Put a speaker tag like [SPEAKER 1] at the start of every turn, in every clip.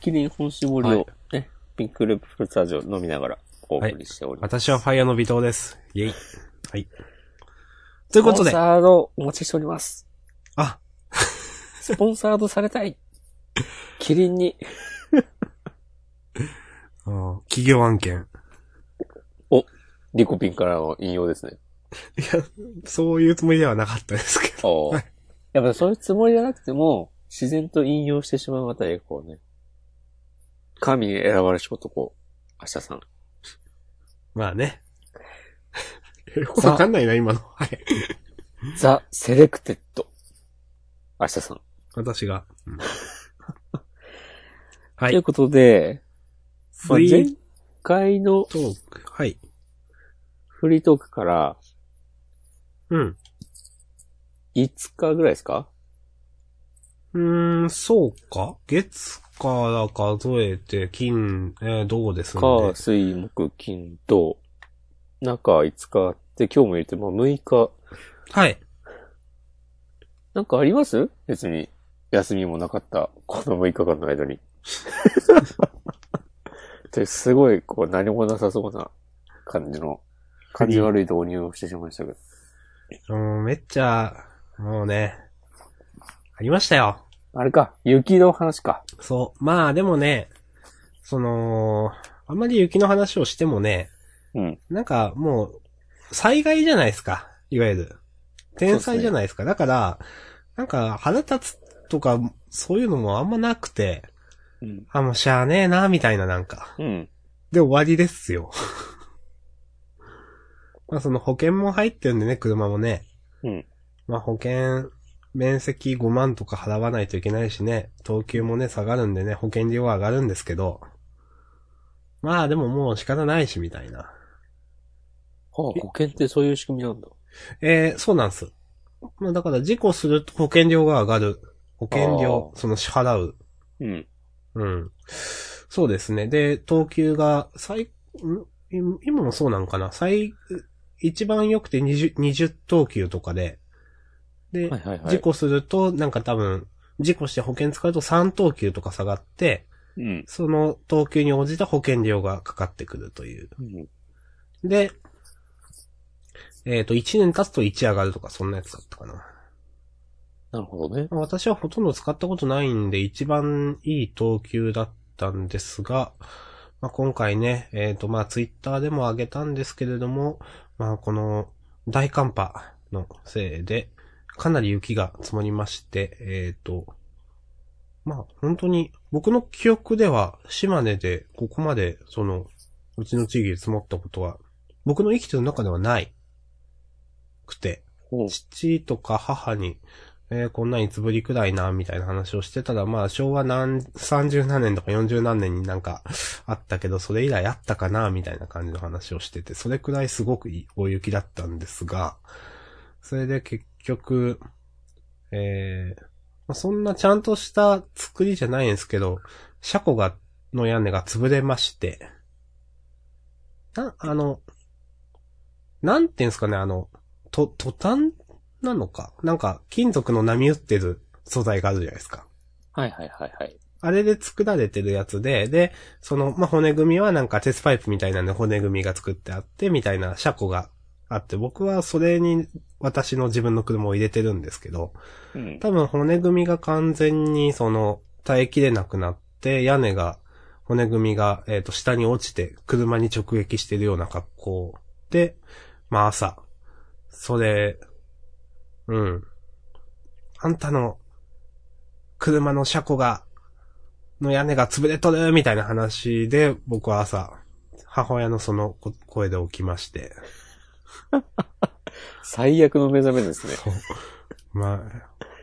[SPEAKER 1] キリン本絞り
[SPEAKER 2] は
[SPEAKER 1] を
[SPEAKER 2] い、
[SPEAKER 1] ね、ピンクループフルーツ味を飲みながらお送りしております。
[SPEAKER 2] 私はファイヤーの微糖です。イェイ。はい。ということ
[SPEAKER 1] ス
[SPEAKER 2] で
[SPEAKER 1] ポン、サードをお持ちしております。
[SPEAKER 2] あ、
[SPEAKER 1] スポンサードされたい。キリンに。
[SPEAKER 2] うん企業案件。
[SPEAKER 1] リコピンからの引用ですね。
[SPEAKER 2] いや、そういうつもりではなかったですけど。
[SPEAKER 1] お
[SPEAKER 2] は
[SPEAKER 1] ーやっぱそういうつもりじゃなくても、自然と引用してしまうあたりがこうね。神に選ばれし男、明日さん。
[SPEAKER 2] まあね。 よくわかんないな、今の。はい。
[SPEAKER 1] ザ・セレクテッド。明日さん。
[SPEAKER 2] 私が。うんは
[SPEAKER 1] という
[SPEAKER 2] い。
[SPEAKER 1] ことで、まあ
[SPEAKER 2] フリ
[SPEAKER 1] 前
[SPEAKER 2] ー
[SPEAKER 1] 回の
[SPEAKER 2] トーク。はい。
[SPEAKER 1] フリートークから
[SPEAKER 2] うん。
[SPEAKER 1] 5日ぐらいですか
[SPEAKER 2] うーん、そうか月から数えて、金、えー、どうですんで
[SPEAKER 1] 火、水、木、金、土。中5日あって、今日も入れて、まあ6日。
[SPEAKER 2] はい。
[SPEAKER 1] なんかあります別に。休みもなかった。この6日間の間 に。ってすごい、こう、何もなさそうな感じの、感じ悪い導入をしてしまいましたけど。
[SPEAKER 2] うん、めっちゃ、もうね、ありましたよ。
[SPEAKER 1] あれか、雪の話か。
[SPEAKER 2] そう。まあでもね、その、あんまり雪の話をしてもね、
[SPEAKER 1] うん。
[SPEAKER 2] なんかもう、災害じゃないですか。いわゆる。天災じゃないですか。だから、なんか腹立つとか、そういうのもあんまなくて、
[SPEAKER 1] うん。
[SPEAKER 2] あ、もうしゃあねえな、みたいななんか。
[SPEAKER 1] うん。
[SPEAKER 2] で、終わりですよ。 まあその保険も入ってるんでね、車もね。
[SPEAKER 1] うん。
[SPEAKER 2] まあ保険、面積5万とか払わないといけないしね、等級もね、下がるんでね、保険料は上がるんですけど、まあでももう仕方ないし、みたいな。
[SPEAKER 1] はあ、保険ってそういう仕組みなんだ。
[SPEAKER 2] えー、そうなんです。まあだから事故すると保険料が上がる。保険料、
[SPEAKER 1] あ
[SPEAKER 2] その支払う。
[SPEAKER 1] うん。
[SPEAKER 2] うん。そうですね。で、等級が、最、ん今今もそうなんかな最、一番良くて 20, 20等級とかで、で、
[SPEAKER 1] はいはいはい。
[SPEAKER 2] 事故すると、なんか多分、事故して保険使うと3等級とか下がって、
[SPEAKER 1] うん。
[SPEAKER 2] その等級に応じた保険料がかかってくるという。
[SPEAKER 1] うん。
[SPEAKER 2] で、えっ、と、1年経つと1上がるとか、そんなやつだったかな。
[SPEAKER 1] なるほどね。
[SPEAKER 2] まあ私はほとんど使ったことないんで、一番いい等級だったんですが、まあ、今回ね、えっ、と、まあ、ツイッターでも上げたんですけれども、まあ、この大寒波のせいで、かなり雪が積もりまして、えっ、と、まあ、本当に、僕の記憶では、島根でここまで、その、うちの地域で積もったことは、僕の生きてる中ではない、くて、
[SPEAKER 1] うん
[SPEAKER 2] 父とか母に、えーこんなにつぶりくらいな、みたいな話をしてたら、まあ、昭和何、30何年とか40何年になんかあったけど、それ以来あったかな、みたいな感じの話をしてて、それくらいすごくいい大雪だったんですが、それで結局、えーまあ、そんなちゃんとした作りじゃないんですけど、車庫が、の屋根が潰れまして、な、あの、なんていうんですかね、あの、と、トタンなのかなんか、金属の波打ってる素材があるじゃないですか。
[SPEAKER 1] はいはいはいはい。
[SPEAKER 2] あれで作られてるやつで、で、その、まあ、骨組みはなんか鉄パイプみたいなんで骨組みが作ってあって、みたいな車庫があって、僕はそれに私の自分の車を入れてるんですけど、
[SPEAKER 1] うん。
[SPEAKER 2] 多分骨組みが完全にその耐えきれなくなって、屋根が、骨組みが、えっ、と、下に落ちて、車に直撃してるような格好で、まあ朝、それ、うん。あんたの、車の車庫が、の屋根が潰れとるみたいな話で、僕は朝、母親のそのこ声で起きまして、
[SPEAKER 1] 最悪の目覚めですね。
[SPEAKER 2] そう。ま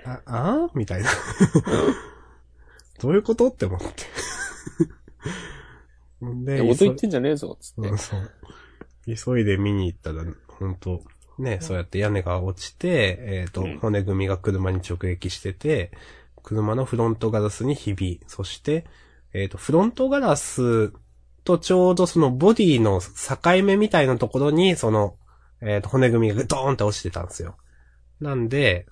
[SPEAKER 2] あ、あ、あみたいな。どういうことって思って。ほんで、
[SPEAKER 1] 音
[SPEAKER 2] 急い
[SPEAKER 1] 言ってんじゃねえぞ、つって
[SPEAKER 2] うん。そう。急いで見に行ったら、本当ね、そうやって屋根が落ちて、えっ、と、
[SPEAKER 1] うん
[SPEAKER 2] 骨組みが車に直撃してて、車のフロントガラスにひび、そして、えっ、と、フロントガラスとちょうどそのボディの境目みたいなところに、その、えっ、と、骨組みがドーンって落ちてたんですよ。なんで、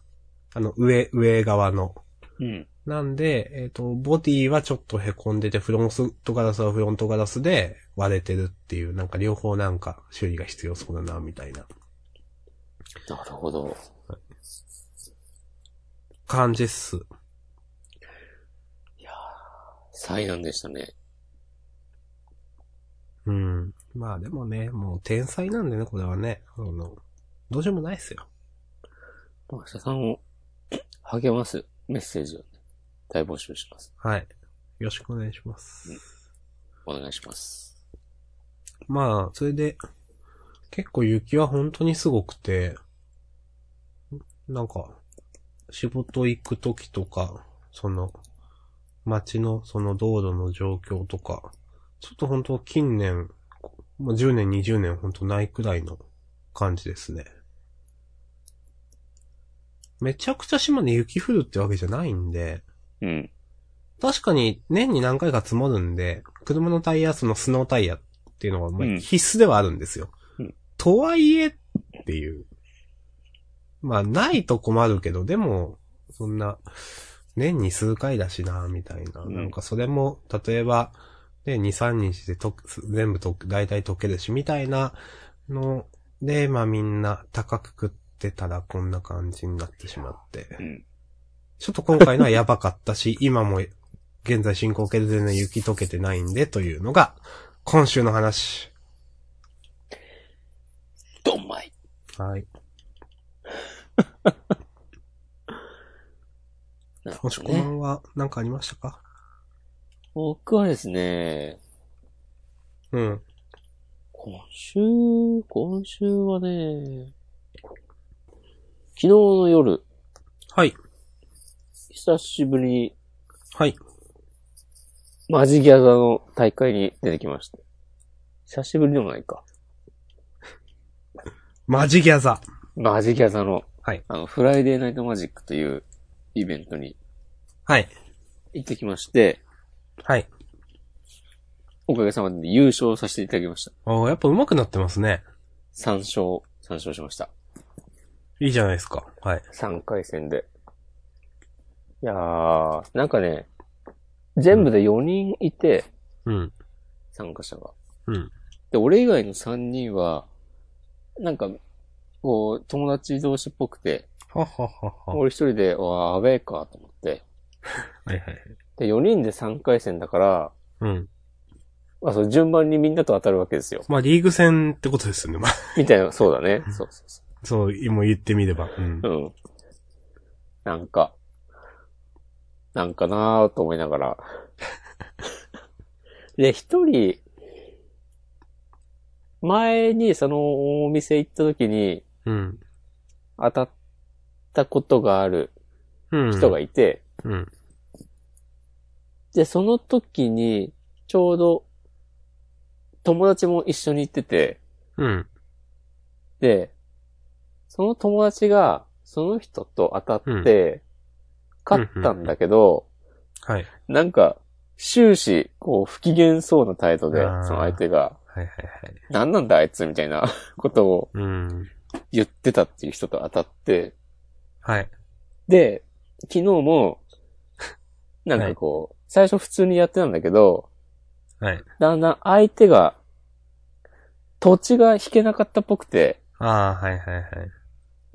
[SPEAKER 2] あの、上、上側の。
[SPEAKER 1] うん。
[SPEAKER 2] なんで、えっ、と、ボディはちょっと凹んでて、フロントガラスはフロントガラスで割れてるっていう、なんか両方なんか修理が必要そうだな、みたいな
[SPEAKER 1] なるほど。
[SPEAKER 2] 感じっす。
[SPEAKER 1] いやー災難でしたね。
[SPEAKER 2] うん。まあでもね、もう天才なんでね、これはね。あの、どうしようもないっすよ。
[SPEAKER 1] まあ、明日さんを励ますメッセージをね、大募集します。
[SPEAKER 2] はい。よろしくお願いします。
[SPEAKER 1] お願いします。
[SPEAKER 2] まあ、それで、結構雪は本当にすごくて、なんか、仕事行く時とか、その、街のその道路の状況とか、ちょっと本当近年、もう10年、20年本当ないくらいの感じですね。めちゃくちゃ島で雪降るってわけじゃないんで、
[SPEAKER 1] うん。
[SPEAKER 2] 確かに年に何回か積もるんで、車のタイヤ、そのスノータイヤっていうのはま
[SPEAKER 1] う
[SPEAKER 2] あ
[SPEAKER 1] ん
[SPEAKER 2] 必須ではあるんですよ。
[SPEAKER 1] うん
[SPEAKER 2] とはいえっていう。まあないと困るけど、でも、そんな、年に数回だしな、みたいな。
[SPEAKER 1] うん
[SPEAKER 2] なんかそれも、例えば、で、2、3日でと全部と、大体溶けるし、みたいなので、まあみんな高く食ってたらこんな感じになってしまって。
[SPEAKER 1] うん。
[SPEAKER 2] ちょっと今回のはやばかったし、 今も現在進行形で全然雪溶けてないんでというのが、今週の話。
[SPEAKER 1] ドンマイ
[SPEAKER 2] はい。
[SPEAKER 1] なるほ
[SPEAKER 2] もし
[SPEAKER 1] ど
[SPEAKER 2] こま
[SPEAKER 1] ね。
[SPEAKER 2] んは何かありましたか
[SPEAKER 1] 僕はですね、
[SPEAKER 2] うん。
[SPEAKER 1] 今週、今週はね、昨日の夜、
[SPEAKER 2] はい。
[SPEAKER 1] 久しぶりに
[SPEAKER 2] はい。
[SPEAKER 1] マジギャザーの大会に出てきました。久しぶりでもないか。
[SPEAKER 2] マジギャザ。
[SPEAKER 1] マジギャザーの、
[SPEAKER 2] はい
[SPEAKER 1] あの、フライデーナイトマジックというイベントに
[SPEAKER 2] はい。
[SPEAKER 1] 行ってきまして、
[SPEAKER 2] はい。
[SPEAKER 1] おかげさまで優勝させていただきました。
[SPEAKER 2] おーやっぱ上手くなってますね。
[SPEAKER 1] 3勝、3勝しました。
[SPEAKER 2] いいじゃないですか。はい。
[SPEAKER 1] 3回戦で。いやー、なんかね、全部で4人いて、
[SPEAKER 2] うん。
[SPEAKER 1] 参加者が。
[SPEAKER 2] うん。
[SPEAKER 1] で、俺以外の3人は、なんか、こう、友達同士っぽくて、
[SPEAKER 2] はははは。
[SPEAKER 1] 俺一人で、わー、アウェーかと思って。
[SPEAKER 2] はいはい。
[SPEAKER 1] で、4人で3回戦だから、
[SPEAKER 2] うん。
[SPEAKER 1] まあ、その順番にみんなと当たるわけですよ。
[SPEAKER 2] まあ、リーグ戦ってことですよね。まあ、
[SPEAKER 1] みたいな、そうだね。そうそうそ
[SPEAKER 2] そう、もう言ってみれば。うん。
[SPEAKER 1] う。うん。なんか、なんかなーと思いながら。 で、一人、前にそのお店行った時に
[SPEAKER 2] うん。
[SPEAKER 1] 当たったことがある
[SPEAKER 2] うん。
[SPEAKER 1] 人がいて、
[SPEAKER 2] うん。
[SPEAKER 1] で、その時にちょうど友達も一緒に行ってて、
[SPEAKER 2] うん。
[SPEAKER 1] で、その友達が、その人と当たって、勝ったんだけど、
[SPEAKER 2] はい。
[SPEAKER 1] なんか、終始、こう、不機嫌そうな態度で、
[SPEAKER 2] あー
[SPEAKER 1] その相手が、
[SPEAKER 2] はいはいはい。
[SPEAKER 1] なんなんだあいつみたいな ことを
[SPEAKER 2] うん。
[SPEAKER 1] 言ってたっていう人と当たって、
[SPEAKER 2] はい。
[SPEAKER 1] で、昨日も、なんかこう、最初普通にやってたんだけど、
[SPEAKER 2] はい。
[SPEAKER 1] だんだん相手が、土地が引けなかったっぽくて、
[SPEAKER 2] ああ、はいはいはい。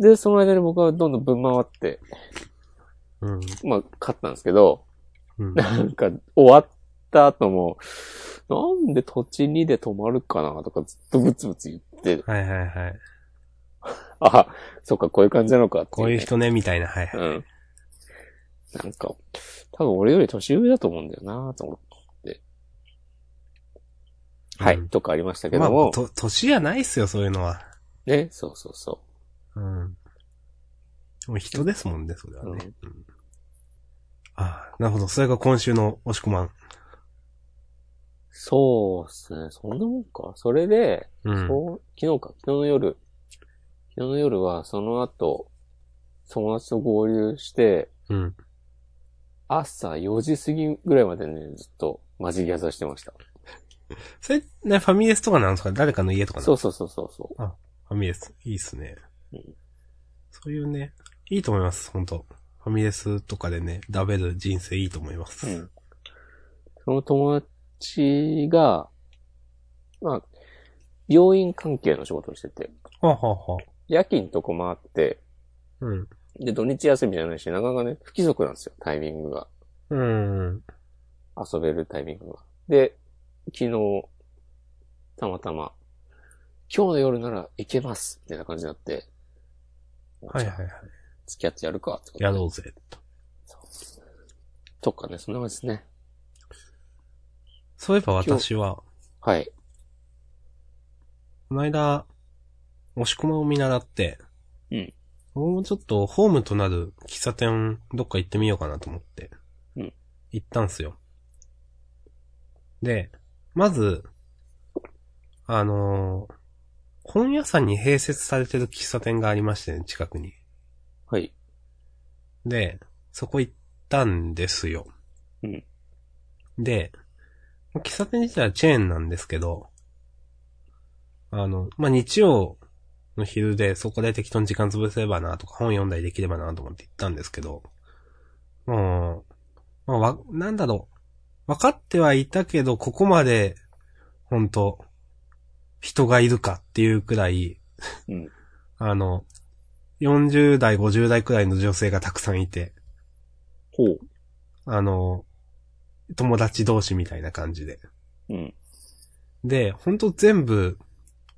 [SPEAKER 1] で、その間に僕はどんどんぶん回って、
[SPEAKER 2] うん。
[SPEAKER 1] まあ、勝ったんですけど、
[SPEAKER 2] うん。
[SPEAKER 1] なんか、終わった後も、なんで土地2で止まるかなとかずっとブツブツ言って、
[SPEAKER 2] はいはいはい。
[SPEAKER 1] あ、そっか、こういう感じなのかって、
[SPEAKER 2] こういう。人ね、みたいな。はいは
[SPEAKER 1] う
[SPEAKER 2] い。
[SPEAKER 1] ん。なんか、多分俺より年上だと思うんだよなと思って。はい、
[SPEAKER 2] うん
[SPEAKER 1] とかありましたけ
[SPEAKER 2] まあ
[SPEAKER 1] ども、、
[SPEAKER 2] と、年じゃないっすよ、そういうのは。
[SPEAKER 1] ね、そうそうそ
[SPEAKER 2] うん。もう人ですもんね、それはね。
[SPEAKER 1] うん
[SPEAKER 2] うんああ、なるほど。それが今週の押し込まん。
[SPEAKER 1] う。そうっすね、そんなもんか。それで、
[SPEAKER 2] うん。
[SPEAKER 1] そう昨日か、昨日の夜、昨日の夜はその後、友達と合流して、
[SPEAKER 2] うん。
[SPEAKER 1] 朝4時過ぎぐらいまでね、ずっとマジギャザーしてました。
[SPEAKER 2] それ、ね、ファミレスとかなんですか誰かの家とかなん
[SPEAKER 1] そ
[SPEAKER 2] で
[SPEAKER 1] う
[SPEAKER 2] す
[SPEAKER 1] そうそうそうそ
[SPEAKER 2] かファミレス。いいっすね
[SPEAKER 1] うん。
[SPEAKER 2] そういうね、いいと思います、本当ファミレスとかでね、食べる人生いいと思います。
[SPEAKER 1] うん。その友達が、まあ、病院関係の仕事をしてて、
[SPEAKER 2] はあ、はあはあ、
[SPEAKER 1] 夜勤とこ回って、
[SPEAKER 2] うん。
[SPEAKER 1] で、土日休みじゃないし、なかなかね、不規則なんですよ、タイミングが。
[SPEAKER 2] うん。
[SPEAKER 1] 遊べるタイミングが。で、昨日、たまたま、今日の夜なら行けますみたいな感じになって、
[SPEAKER 2] はいはいはい。
[SPEAKER 1] 付き合ってやるかってことで
[SPEAKER 2] やろうぜ。と
[SPEAKER 1] とかね、そんな感じですね。
[SPEAKER 2] そういえば私は、
[SPEAKER 1] はい。
[SPEAKER 2] この間、押し込まを見習って、
[SPEAKER 1] うん。
[SPEAKER 2] もうちょっとホームとなる喫茶店、どっか行ってみようかなと思って。
[SPEAKER 1] うん。
[SPEAKER 2] 行ったんすよ。で、まず、あのー本屋さんに併設されてる喫茶店がありましてね、近くに。
[SPEAKER 1] はい。
[SPEAKER 2] で、そこ行ったんですよ。
[SPEAKER 1] うん。
[SPEAKER 2] で、喫茶店自体はチェーンなんですけど、あの、まあ、日曜の昼でそこで適当に時間潰せればなとか本読んだりできればなと思って行ったんですけど、もう、まあ、わ、なんだろう。分かってはいたけど、ここまで、本当人がいるかっていうくらい、
[SPEAKER 1] うん。
[SPEAKER 2] あの、40代、50代くらいの女性がたくさんいて、
[SPEAKER 1] ほう。
[SPEAKER 2] あの、友達同士みたいな感じで。
[SPEAKER 1] うん。
[SPEAKER 2] で、ほんと全部、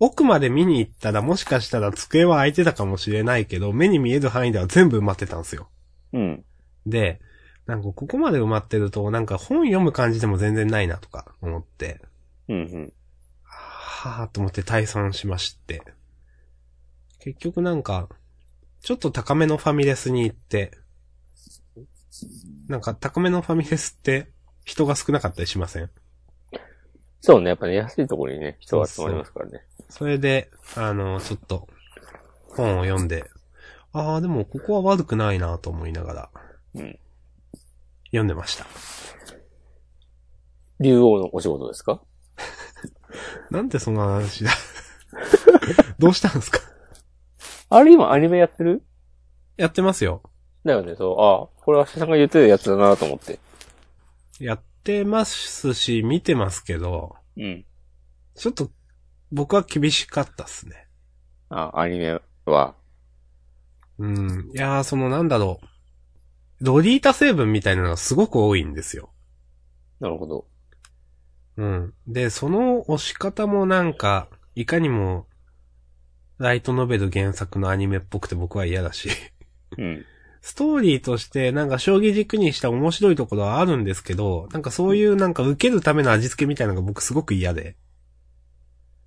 [SPEAKER 2] 奥まで見に行ったらもしかしたら机は空いてたかもしれないけど、目に見える範囲では全部埋まってたんですよ。
[SPEAKER 1] うん。
[SPEAKER 2] で、なんかここまで埋まってると、なんか本読む感じでも全然ないなとか思って、
[SPEAKER 1] うん。うん。
[SPEAKER 2] はぁと思って退散しまして。結局なんか、ちょっと高めのファミレスに行って、なんか高めのファミレスって人が少なかったりしません
[SPEAKER 1] そうね、やっぱね、安いところにね、人が集まりますからね。
[SPEAKER 2] それで、あの、ちょっと、本を読んで、ああ、でもここは悪くないなと思いながら、
[SPEAKER 1] うん。
[SPEAKER 2] 読んでました。
[SPEAKER 1] 竜王のお仕事ですか
[SPEAKER 2] なんでそんな話だ どうしたんですか
[SPEAKER 1] あれ今アニメやってる
[SPEAKER 2] やってますよ。
[SPEAKER 1] だよね、そう。ああ、これ明日さんが言ってるやつだなと思って。
[SPEAKER 2] やってますし、見てますけど、
[SPEAKER 1] うん。
[SPEAKER 2] ちょっと、僕は厳しかったっすね。
[SPEAKER 1] ああ、アニメは。
[SPEAKER 2] うん。いやー、そのなんだろう。ロリータ成分みたいなのがすごく多いんですよ。
[SPEAKER 1] なるほど。
[SPEAKER 2] うん。で、その押し方もなんか、いかにも、ライトノベル原作のアニメっぽくて僕は嫌だし。
[SPEAKER 1] うん。
[SPEAKER 2] ストーリーとしてなんか将棋軸にした面白いところはあるんですけど、なんかそういうなんか受けるための味付けみたいなのが僕すごく嫌で。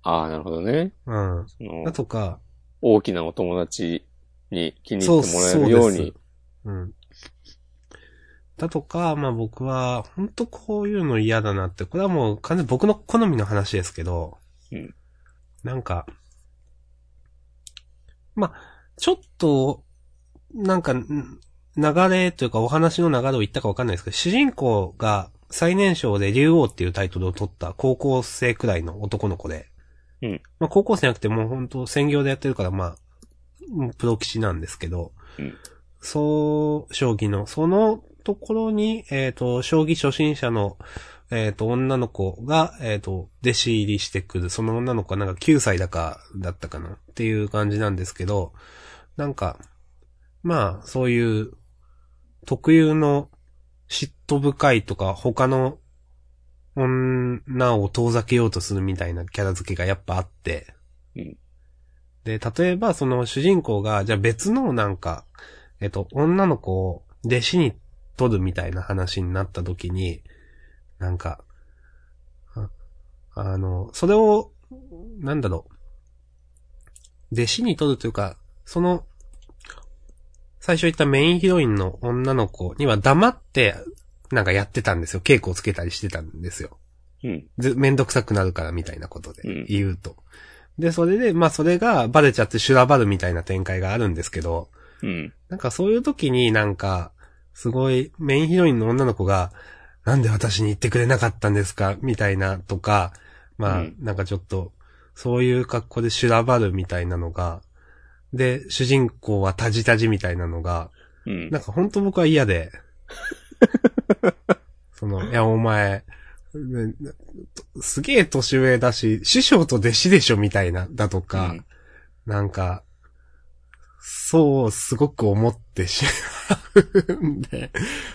[SPEAKER 1] ああ、なるほどね。
[SPEAKER 2] うん。
[SPEAKER 1] その
[SPEAKER 2] だとか、
[SPEAKER 1] 大きなお友達に気に
[SPEAKER 2] そ
[SPEAKER 1] 入っ
[SPEAKER 2] う
[SPEAKER 1] て
[SPEAKER 2] そ
[SPEAKER 1] も
[SPEAKER 2] う
[SPEAKER 1] らえるように
[SPEAKER 2] で。すうん。だとか、まあ僕は、ほんとこういうの嫌だなって、これはもう完全に僕の好みの話ですけど、
[SPEAKER 1] うん
[SPEAKER 2] なんか、まあ、ちょっと、なんか、ん流れというかお話の流れを言ったかわかんないですけど、主人公が最年少で竜王っていうタイトルを取った高校生くらいの男の子で、
[SPEAKER 1] うん
[SPEAKER 2] まあ高校生じゃなくてもう本当専業でやってるから、まあ、もうプロ棋士なんですけど、
[SPEAKER 1] うん
[SPEAKER 2] そう、将棋の、そのところに、えっ、と、将棋初心者の、えっ、と、女の子が、えっ、と、弟子入りしてくる。その女の子はなんか9歳だか、だったかなっていう感じなんですけど、なんか、まあ、そういう、特有の嫉妬深いとか、他の女を遠ざけようとするみたいなキャラ付けがやっぱあって、で、例えば、その主人公が、じゃあ別のなんか、えっと、女の子を弟子に取るみたいな話になった時に、なんか、ああの、それを、なんだろう、弟子に取るというか、その、最初言ったメインヒロインの女の子には黙って、なんかやってたんですよ。稽古をつけたりしてたんですよ。
[SPEAKER 1] うん。
[SPEAKER 2] ず、めんどくさくなるからみたいなこと
[SPEAKER 1] うん
[SPEAKER 2] で言うと。で、それで、まあそれがバレちゃって修羅ばるみたいな展開があるんですけど、
[SPEAKER 1] うん。
[SPEAKER 2] なんかそういう時になんか、すごいメインヒロインの女の子が、なんで私に言ってくれなかったんですかみたいなとか、まあ、
[SPEAKER 1] うん
[SPEAKER 2] なんかちょっと、そういう格好で修羅ばるみたいなのが、で、主人公はタジタジみたいなのが、
[SPEAKER 1] うん。
[SPEAKER 2] なんか本当僕は嫌で。 その、いや、お前、ねねすげえ年上だし、師匠と弟子でしょみたいな、だとか、
[SPEAKER 1] うん
[SPEAKER 2] なんか、そう、すごく思ってしまうんで、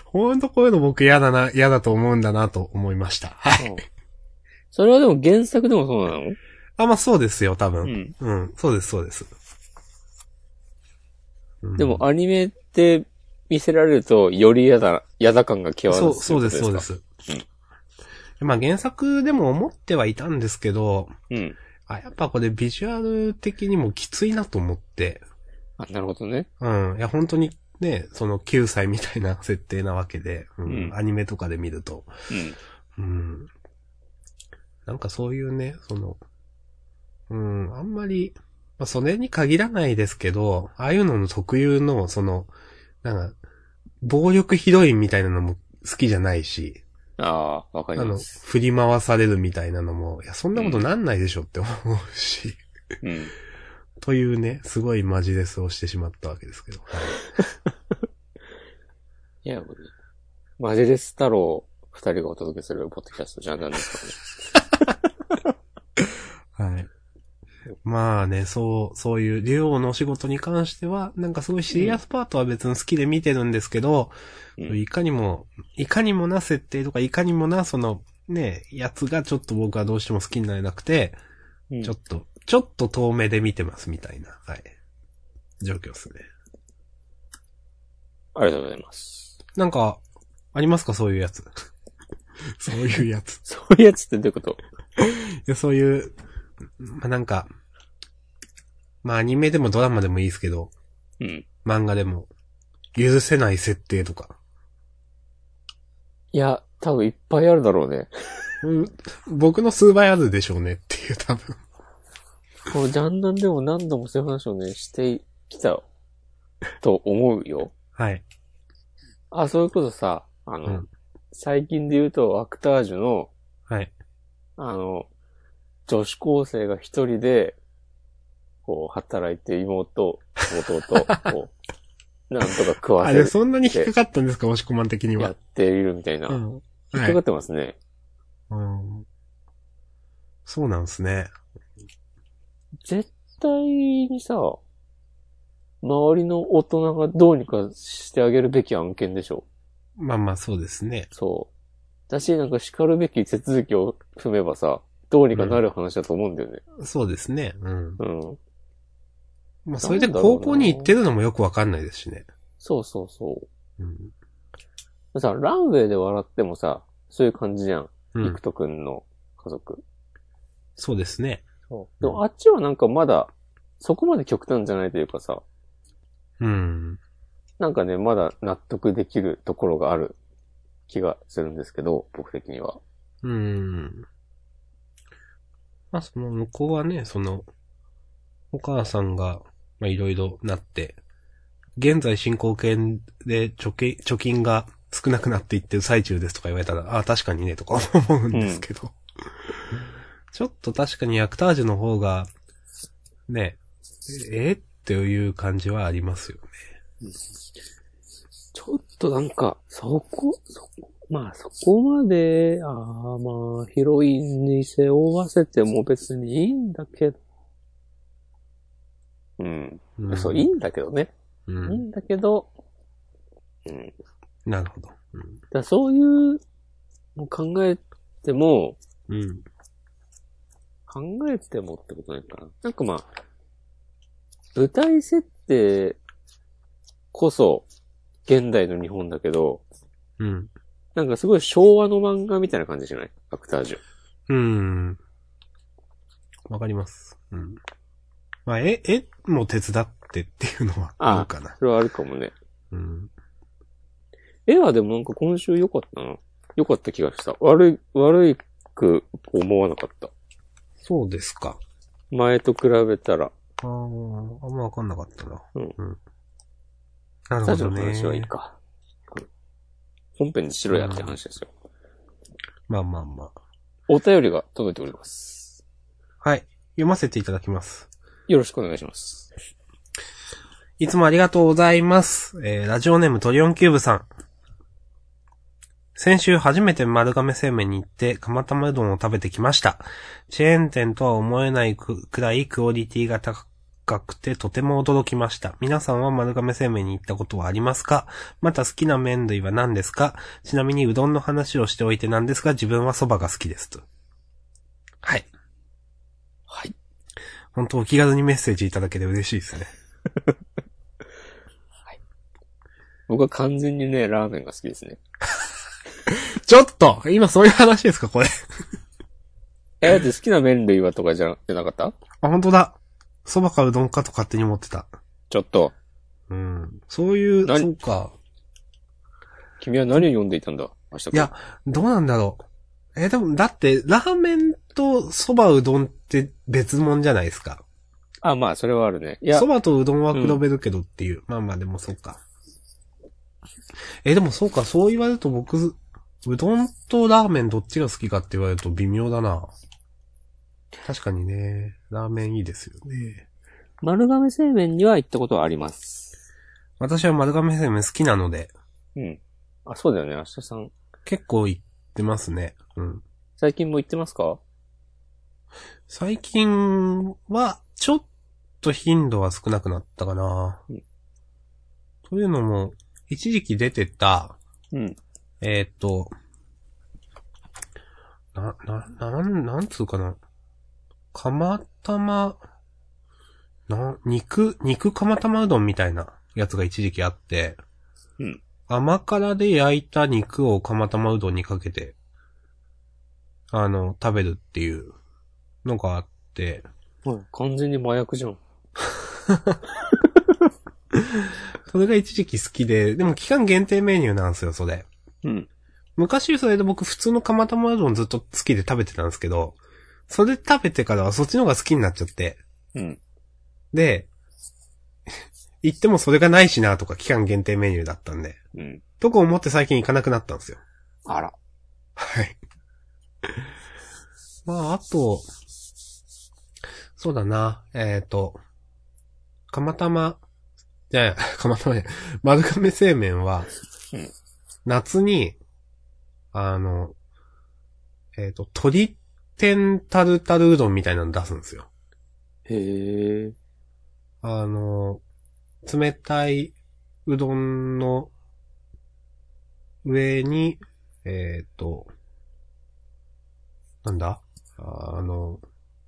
[SPEAKER 2] ほんとこういうの僕嫌だな、嫌だと思うんだなと思いました。はい。
[SPEAKER 1] うんそれはでも原作でもそうなの
[SPEAKER 2] あ、まあそうですよ、多
[SPEAKER 1] う
[SPEAKER 2] 分。
[SPEAKER 1] ん。
[SPEAKER 2] うん、そうです、そうです。うん
[SPEAKER 1] でもアニメって見せられると、より嫌だ、嫌だ感が際立
[SPEAKER 2] そう、
[SPEAKER 1] つ
[SPEAKER 2] そうです、そうで。す。まあ原作でも思ってはいたんですけど、
[SPEAKER 1] うん。
[SPEAKER 2] あ、やっぱこれビジュアル的にもきついなと思って、
[SPEAKER 1] あ、なるほどね。
[SPEAKER 2] うん。いや、本当にね、その9歳みたいな設定なわけで、うん、
[SPEAKER 1] うん
[SPEAKER 2] アニメとかで見ると。
[SPEAKER 1] うん。
[SPEAKER 2] うん。なんかそういうね、その、うん、あんまり、まあ、それに限らないですけど、ああいうのの特有の、その、なんか、暴力ヒロインみたいなのも好きじゃないし、
[SPEAKER 1] ああ、わかり
[SPEAKER 2] あの
[SPEAKER 1] ま、す。
[SPEAKER 2] 振り回されるみたいなのも、いや、そんなことなんないでしょって思うし、
[SPEAKER 1] うん。
[SPEAKER 2] というね、すごいマジレスをしてしまったわけですけど。
[SPEAKER 1] いや、マジレス太郎二人がお届けするポッドキャストじゃなんですかね。
[SPEAKER 2] はい。まあね、そう、そういう、竜王のお仕事に関しては、なんかすごいシリアスパートは別に好きで見てるんですけど、
[SPEAKER 1] うん
[SPEAKER 2] いかにも、いかにもな設定とか、いかにもな、その、ね、やつがちょっと僕はどうしても好きになれなくて、
[SPEAKER 1] うん
[SPEAKER 2] ちょっと、ちょっと遠目で見てますみたいな、はい。状況ですね。
[SPEAKER 1] ありがとうございます。
[SPEAKER 2] なんか、ありますかそういうやつ。 そういうやつ。
[SPEAKER 1] そういうやつってどういうこと
[SPEAKER 2] いやそういう、まあ、なんか、まあ、アニメでもドラマでもいいですけど、
[SPEAKER 1] うん。
[SPEAKER 2] 漫画でも、許せない設定とか。
[SPEAKER 1] いや、多分いっぱいあるだろうね。
[SPEAKER 2] うん僕の数倍あるでしょうねっていう、多分。
[SPEAKER 1] このジャンダンでも何度もそういう話をね、してきたと思うよ。
[SPEAKER 2] はい。
[SPEAKER 1] あ、そういうことさ、あの、
[SPEAKER 2] うん
[SPEAKER 1] 最近で言うと、アクタージュの、
[SPEAKER 2] はい。
[SPEAKER 1] あの、女子高生が一人で、こう、働いて妹、弟を、 なんとか食わ
[SPEAKER 2] あ
[SPEAKER 1] せ
[SPEAKER 2] れ、
[SPEAKER 1] る、
[SPEAKER 2] そんなに引っかかったんですか押し込まん的に
[SPEAKER 1] やっ
[SPEAKER 2] は。
[SPEAKER 1] ているみたいな。
[SPEAKER 2] う
[SPEAKER 1] 引っ
[SPEAKER 2] ん。は
[SPEAKER 1] かかっ
[SPEAKER 2] い。
[SPEAKER 1] てますね。
[SPEAKER 2] うんそうなんですね。
[SPEAKER 1] 絶対にさ、周りの大人がどうにかしてあげるべき案件でしょ。
[SPEAKER 2] まあまあ、そうですね。
[SPEAKER 1] そう。だし、なんか叱るべき手続きを踏めばさ、どうにかなる話だと思うんだよね。
[SPEAKER 2] そうですね。うん。
[SPEAKER 1] うん。
[SPEAKER 2] まあ、それで高校に行ってるのもよくわかんないですしね。
[SPEAKER 1] そうそうそ
[SPEAKER 2] うん。
[SPEAKER 1] う。さ、ランウェイで笑ってもさ、そういう感じじゃん。
[SPEAKER 2] う
[SPEAKER 1] イ
[SPEAKER 2] ん
[SPEAKER 1] ク。トくんの家族。
[SPEAKER 2] そうですね。
[SPEAKER 1] でもあっちはなんかまだ、そこまで極端じゃないというかさ、
[SPEAKER 2] うん。
[SPEAKER 1] なんかね、まだ納得できるところがある気がするんですけど、僕的には。
[SPEAKER 2] うん。まあ、その向こうはね、その、お母さんが、まあ、いろいろなって、現在進行形で貯金、貯金が少なくなっていってる最中ですとか言われたら、ああ、確かにね、とか思うんですけど。ちょっと確かにアクタージュの方が、ね、ええっていう感じはありますよね。
[SPEAKER 1] ちょっとなんか、そこ、そこ、まあそこまで、ああまあ、ヒロインに背負わせても別にいいんだけど。うん。
[SPEAKER 2] うん、
[SPEAKER 1] そう、いいんだけどね。
[SPEAKER 2] う
[SPEAKER 1] いい
[SPEAKER 2] ん。
[SPEAKER 1] んだけど、うん。だか
[SPEAKER 2] なるほど。うん
[SPEAKER 1] らそういうの考えても、
[SPEAKER 2] うん。
[SPEAKER 1] 考えてもってことないかな。なんかまあ、舞台設定こそ、現代の日本だけど、
[SPEAKER 2] うん。
[SPEAKER 1] なんかすごい昭和の漫画みたいな感じじゃないアクタージュ。
[SPEAKER 2] うん。わかります。うん。まあ、絵、絵も手伝ってっていうのは
[SPEAKER 1] ああ
[SPEAKER 2] あるかな。
[SPEAKER 1] それはあるかもね。
[SPEAKER 2] うん。
[SPEAKER 1] 絵はでもなんか今週良かったな。良かった気がした。悪い、悪いく思わなかった。
[SPEAKER 2] そうですか。
[SPEAKER 1] 前と比べたら、
[SPEAKER 2] ああ、あんまわかんなかったな。
[SPEAKER 1] うん
[SPEAKER 2] な
[SPEAKER 1] 最
[SPEAKER 2] るほ
[SPEAKER 1] 初
[SPEAKER 2] ど
[SPEAKER 1] の
[SPEAKER 2] ね。
[SPEAKER 1] 話はいいか。本編にしろやって話ですよ。
[SPEAKER 2] まあまあま
[SPEAKER 1] お便りが届いております。
[SPEAKER 2] あ。はい。読ませていただきます。
[SPEAKER 1] よろしくお願いします。
[SPEAKER 2] いつもありがとうございます。えー、ラジオネームトリオンキューブさん。先週初めて丸亀製麺に行って、釜玉うどんを食べてきました。チェーン店とは思えないくくらいクオリティが高くてとても驚きました。皆さんは丸亀製麺に行ったことはありますかまた好きな麺類は何ですかちなみにうどんの話をしておいてなんですが、自分は蕎麦が好きですと。はい。
[SPEAKER 1] はい。
[SPEAKER 2] 本当お気軽にメッセージいただけて嬉しいですね。
[SPEAKER 1] 僕は完全にね、ラーメンが好きですね。
[SPEAKER 2] ちょっと今そういう話ですかこれ。
[SPEAKER 1] え、だって好きな麺類はとかじゃじゃなかった
[SPEAKER 2] あ、本当だ。蕎麦かうどんかと勝手に思ってた。
[SPEAKER 1] ちょっと、
[SPEAKER 2] うん。そういう、
[SPEAKER 1] 何
[SPEAKER 2] そうか。
[SPEAKER 1] 君は何を読んでいたんだ明日
[SPEAKER 2] いや、どうなんだろう。え、でも、だって、ラーメンと蕎麦うどんって別物じゃないですか。
[SPEAKER 1] あ、まあ、それはあるね。いや
[SPEAKER 2] 蕎、麦とうどんは比べるけどっていう。まあまあ、でもそうか。え、でもそうか、そう言われると僕、うどんとラーメンどっちが好きかって言われると微妙だな。確かにね、ラーメンいいですよね。
[SPEAKER 1] 丸亀製麺には行ったことはあります。
[SPEAKER 2] 私は丸亀製麺好きなので、
[SPEAKER 1] うん。あ、そうだよね。明日さん。
[SPEAKER 2] 結構行ってますね。うん。
[SPEAKER 1] 最近も行ってますか
[SPEAKER 2] 最近は、ちょっと頻度は少なくなったかな
[SPEAKER 1] うん。
[SPEAKER 2] というのも、一時期出てた、
[SPEAKER 1] うん。
[SPEAKER 2] えーっと、な、な、なん、なんつうかな。釜玉、な、肉、肉釜玉うどんみたいなやつが一時期あって、
[SPEAKER 1] うん
[SPEAKER 2] 甘辛で焼いた肉を釜玉うどんにかけて、あの、食べるっていうのがあって、
[SPEAKER 1] 完全に麻薬じゃん。
[SPEAKER 2] それが一時期好きで、でも期間限定メニューなんですよ、それ。
[SPEAKER 1] うん。
[SPEAKER 2] 昔それで僕普通の釜玉うどんずっと好きで食べてたんですけど、それ食べてからはそっちの方が好きになっちゃって、
[SPEAKER 1] うん。
[SPEAKER 2] で、 行ってもそれがないしなとか期間限定メニューだったんで、
[SPEAKER 1] うん。
[SPEAKER 2] とか思って最近行かなくなったんですよ。
[SPEAKER 1] あら。
[SPEAKER 2] はい。 まあ、あと、そうだな、えっ、と、釜玉、いやいや、 釜玉ね、丸亀製麺は
[SPEAKER 1] うん、
[SPEAKER 2] 夏に、あの、えっ、と、鶏天タルタルうどんみたいなの出すんですよ。
[SPEAKER 1] へえ。
[SPEAKER 2] あの、冷たいうどんの上に、えっ、と、なんだあの、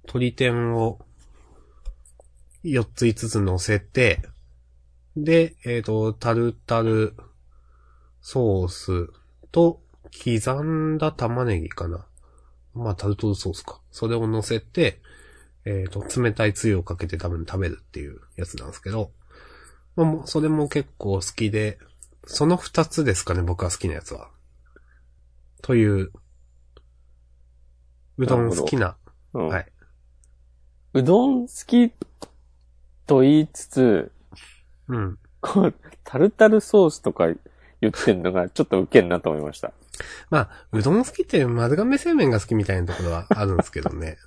[SPEAKER 2] 鶏天を4つ5つ乗せて、で、えっ、と、タルタルソースと刻んだ玉ねぎかな。まあ、タルトルソースか。それを乗せて、えっ、と、冷たいつゆをかけて多分食べるっていうやつなんですけど、まあ、もうそれも結構好きで、その二つですかね、僕は好きなやつは。という、うどん好きな、
[SPEAKER 1] うん。
[SPEAKER 2] はい。
[SPEAKER 1] うどん好きと言いつつ、
[SPEAKER 2] うん。
[SPEAKER 1] こう、タルタルソースとか言ってんのがちょっとウケんなと思いました。
[SPEAKER 2] まあ、うどん好きって丸亀製麺が好きみたいなところはあるんですけど ね。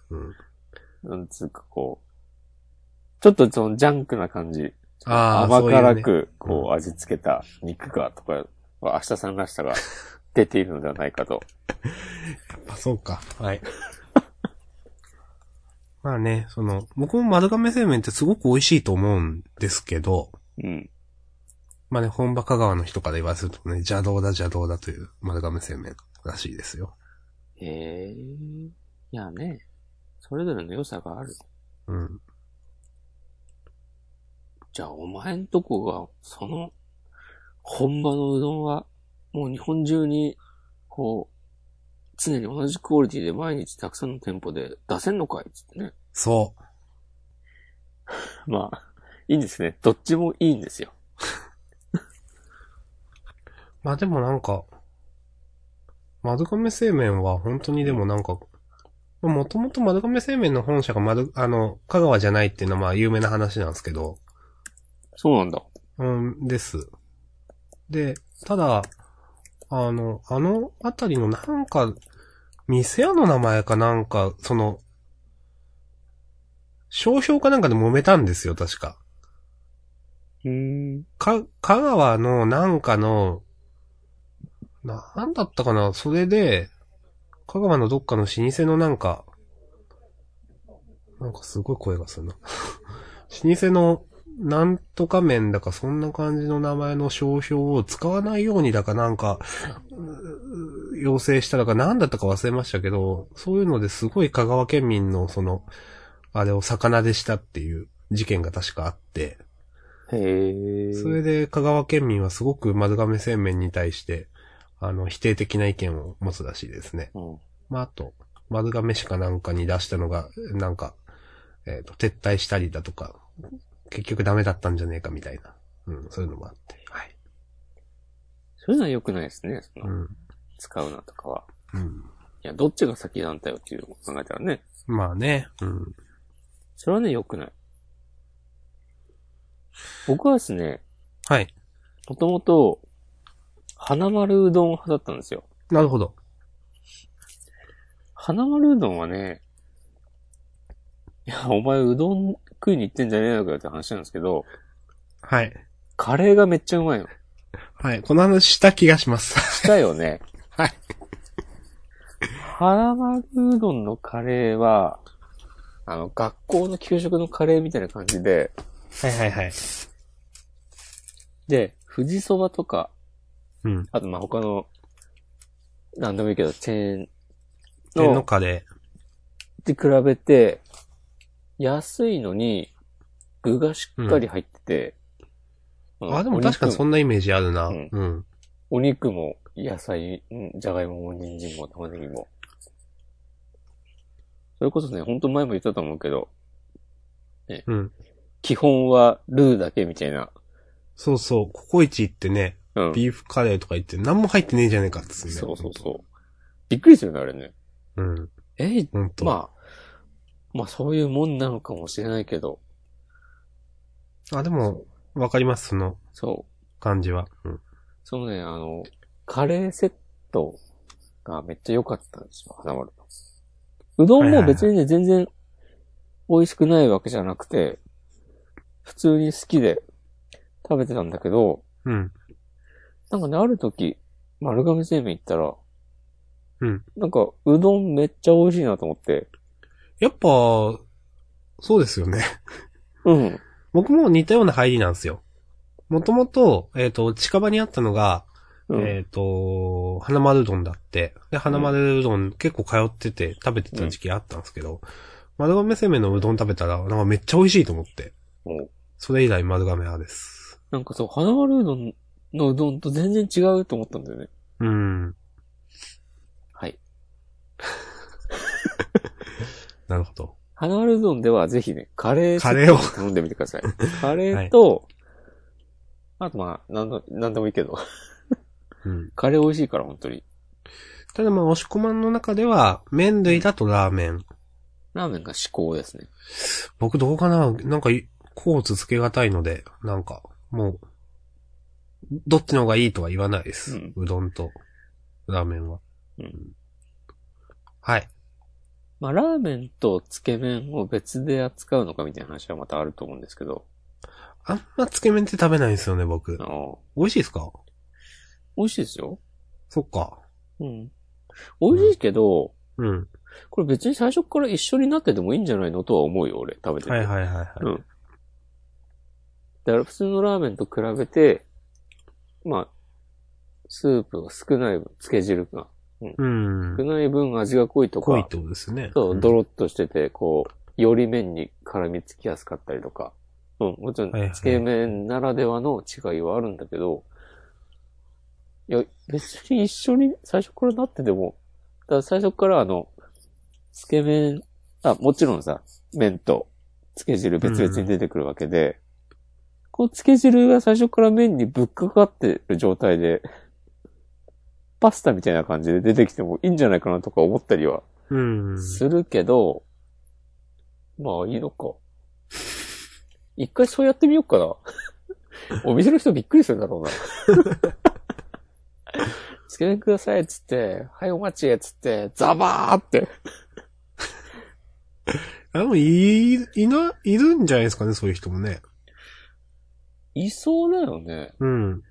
[SPEAKER 2] うん。
[SPEAKER 1] なんつうかこう、ちょっとそのジャンクな感じ。
[SPEAKER 2] ああ、
[SPEAKER 1] 甘辛
[SPEAKER 2] そういうね
[SPEAKER 1] く、こう、味付けた肉が、とか、明日さんらしさが出ているのではないかと。
[SPEAKER 2] あ、そうか。はい。 まあね、その、僕も丸亀製麺ってすごく美味しいと思うんですけど、
[SPEAKER 1] うん。
[SPEAKER 2] まあね、本場香川の人から言わせるとね、邪道だ邪道だという丸亀製麺らしいですよ。
[SPEAKER 1] へえ。いやね、それぞれの良さがある。
[SPEAKER 2] うん。
[SPEAKER 1] じゃあ、お前んとこが、その、本場のうどんは、もう日本中に、こう、常に同じクオリティで毎日たくさんの店舗で出せんのかいっつってね。
[SPEAKER 2] そう。
[SPEAKER 1] まあ、いいんですね。どっちもいいんですよ。
[SPEAKER 2] まあでもなんか、丸亀製麺は本当にでもなんか、まあもともと丸亀製麺の本社が丸、あの、香川じゃないっていうのはまあ有名な話なんですけど、
[SPEAKER 1] そうなんだ。
[SPEAKER 2] うん、です。で、ただ、あの、あのあたりのなんか、店屋の名前かなんか、その、商標かなんかで揉めたんですよ、確か。
[SPEAKER 1] ううん。
[SPEAKER 2] か、香川のなんかの、なんだったかなそれで、香川のどっかの老舗のなんか、なんかすごい声がするな。 老舗のなんとか麺だかそんな感じの名前の商標を使わないようにだかなんか、うー要請しただかなんだったか忘れましたけど、そういうのですごい香川県民のその、あれを魚でしたっていう事件が確かあって、
[SPEAKER 1] へえ。
[SPEAKER 2] それで香川県民はすごく丸亀製麺に対して、あの、否定的な意見を持つらしいですね。
[SPEAKER 1] うん。
[SPEAKER 2] まあ、あと、丸亀市かなんかに出したのが、なんか、えっ、と、撤退したりだとか、結局ダメだったんじゃねえかみたいな。うん、そういうのもあって。はい。
[SPEAKER 1] そういうのは良くないですね。その
[SPEAKER 2] うん。
[SPEAKER 1] 使うなとかは。
[SPEAKER 2] うん。
[SPEAKER 1] いや、どっちが先なんだよっていうのを考えたらね。
[SPEAKER 2] まあね。うん。
[SPEAKER 1] それはね、良くない。僕はですね、
[SPEAKER 2] はい。
[SPEAKER 1] もともと、花丸うどん派だったんですよ。
[SPEAKER 2] なるほど。
[SPEAKER 1] 花丸うどんはね、いや、お前うどん食いに行ってんじゃねえのかよって話なんですけど、
[SPEAKER 2] はい。
[SPEAKER 1] カレーがめっちゃうまいの。
[SPEAKER 2] はい。この話した気がします。
[SPEAKER 1] したよね。
[SPEAKER 2] はい。
[SPEAKER 1] 花丸うどんのカレーは、あの、学校の給食のカレーみたいな感じで、
[SPEAKER 2] はいはいはい。
[SPEAKER 1] で、富士そばとか、
[SPEAKER 2] うん。
[SPEAKER 1] あと、まあ、他の、なんでもいいけど、チェーン
[SPEAKER 2] 天の
[SPEAKER 1] の、
[SPEAKER 2] カレ
[SPEAKER 1] って比べて、安いのに、具がしっかり入ってて、う
[SPEAKER 2] ー。
[SPEAKER 1] ん
[SPEAKER 2] あ、でも確かにそんなイメージあるな。
[SPEAKER 1] うん
[SPEAKER 2] うん、
[SPEAKER 1] お肉も、野菜、うんじゃがいもも、人参も、玉ねぎも。それこそね、ほんと前も言ったと思うけど、
[SPEAKER 2] うん。
[SPEAKER 1] 基本はルーだけみたいな。
[SPEAKER 2] そうそう。ココイチ行ってね、
[SPEAKER 1] うん。
[SPEAKER 2] ビーフカレーとか言って何も入ってねえじゃねえかっつってね。
[SPEAKER 1] そうそうそう。びっくりするね、あれね。
[SPEAKER 2] う。うん。
[SPEAKER 1] えい、
[SPEAKER 2] ほんと。
[SPEAKER 1] まあ、まあそういうもんなのかもしれないけど、
[SPEAKER 2] あ。でも、わかります、その
[SPEAKER 1] そう。
[SPEAKER 2] 感じは。うん。
[SPEAKER 1] そのね、あの、カレーセットがめっちゃ良かったんですよ、花丸の。うどんも別にね、全然美味しくないわけじゃなくて、普通に好きで食べてたんだけど、
[SPEAKER 2] うん。
[SPEAKER 1] なんかね、ある時、丸亀製麺行ったら、
[SPEAKER 2] うん。
[SPEAKER 1] なんか、うどんめっちゃ美味しいなと思って、
[SPEAKER 2] やっぱ、そうですよね。
[SPEAKER 1] うん。
[SPEAKER 2] 僕も似たような入りなんですよ。もともと、えっ、と、近場にあったのが、
[SPEAKER 1] うん。
[SPEAKER 2] えっ、と、花丸うどんだって。で、花丸うどん結構通ってて食べてた時期あったんですけど、丸亀製麺のうどん食べたら、なんかめっちゃ美味しいと思って。
[SPEAKER 1] もう
[SPEAKER 2] それ以来丸亀派です。
[SPEAKER 1] なんかそう、花丸うどんのうどんと全然違うと思ったんだよね。
[SPEAKER 2] うん。
[SPEAKER 1] はい。
[SPEAKER 2] なるほど。
[SPEAKER 1] 花丸うどんではぜひね、カレー
[SPEAKER 2] カレーを
[SPEAKER 1] セット頼んでみてくだ さい。カレーと、あとまあ、なんの、なんでもいいけど、
[SPEAKER 2] うん。
[SPEAKER 1] カレー美味しいから、本当に。
[SPEAKER 2] ただまあ、押し込まんの中では、麺類だとラーメン。
[SPEAKER 1] ラーメンが至高ですね。
[SPEAKER 2] 僕どうかななんかい、こう続けがたいので、なんか、もう、どっちの方がいいとは言わないです。
[SPEAKER 1] う
[SPEAKER 2] うんどんと、ラーメンは。
[SPEAKER 1] うん
[SPEAKER 2] はい。
[SPEAKER 1] まあ、ラーメンとつけ麺を別で扱うのかみたいな話はまたあると思うんですけど、
[SPEAKER 2] あんまつけ麺って食べないんですよね、僕
[SPEAKER 1] あ。の、
[SPEAKER 2] 美味しいですか
[SPEAKER 1] 美味しいですよ。
[SPEAKER 2] そっか。
[SPEAKER 1] うん。美味しいけど、
[SPEAKER 2] うん。
[SPEAKER 1] これ別に最初から一緒になっててもいいんじゃないのとは思うよ、俺、食べてて。
[SPEAKER 2] はいはいはいはい。
[SPEAKER 1] うん。だから普通のラーメンと比べて、まあ、スープが少ない分、漬け汁が
[SPEAKER 2] うん
[SPEAKER 1] 少。ない分味が濃いと
[SPEAKER 2] 濃いっ
[SPEAKER 1] か、
[SPEAKER 2] てことですね。
[SPEAKER 1] そう、
[SPEAKER 2] ん
[SPEAKER 1] ドロッとしてて、こう、より麺に絡みつきやすかったりとか、うん、もちろん、
[SPEAKER 2] はいはい
[SPEAKER 1] つけ麺ならではの違いはあるんだけど、いや、別に一緒に最初からなってても、だから最初からあの、つけ麺、あ、もちろんさ、麺とつけ汁別々に出てくるわけで、こうつけ汁が最初から麺にぶっかかってる状態で、パスタみたいな感じで出てきてもいいんじゃないかなとか思ったりは
[SPEAKER 2] うん。
[SPEAKER 1] するけど、まあいいのか。 一回そうやってみようかな。 お店の人びっくりするだろうな。 つけてくださいっつって、はいお待ちっつって、ザバーって。
[SPEAKER 2] あ、でも、い、いな、いるんじゃないですかね、そういう人もね。
[SPEAKER 1] いそうだよね。
[SPEAKER 2] うん。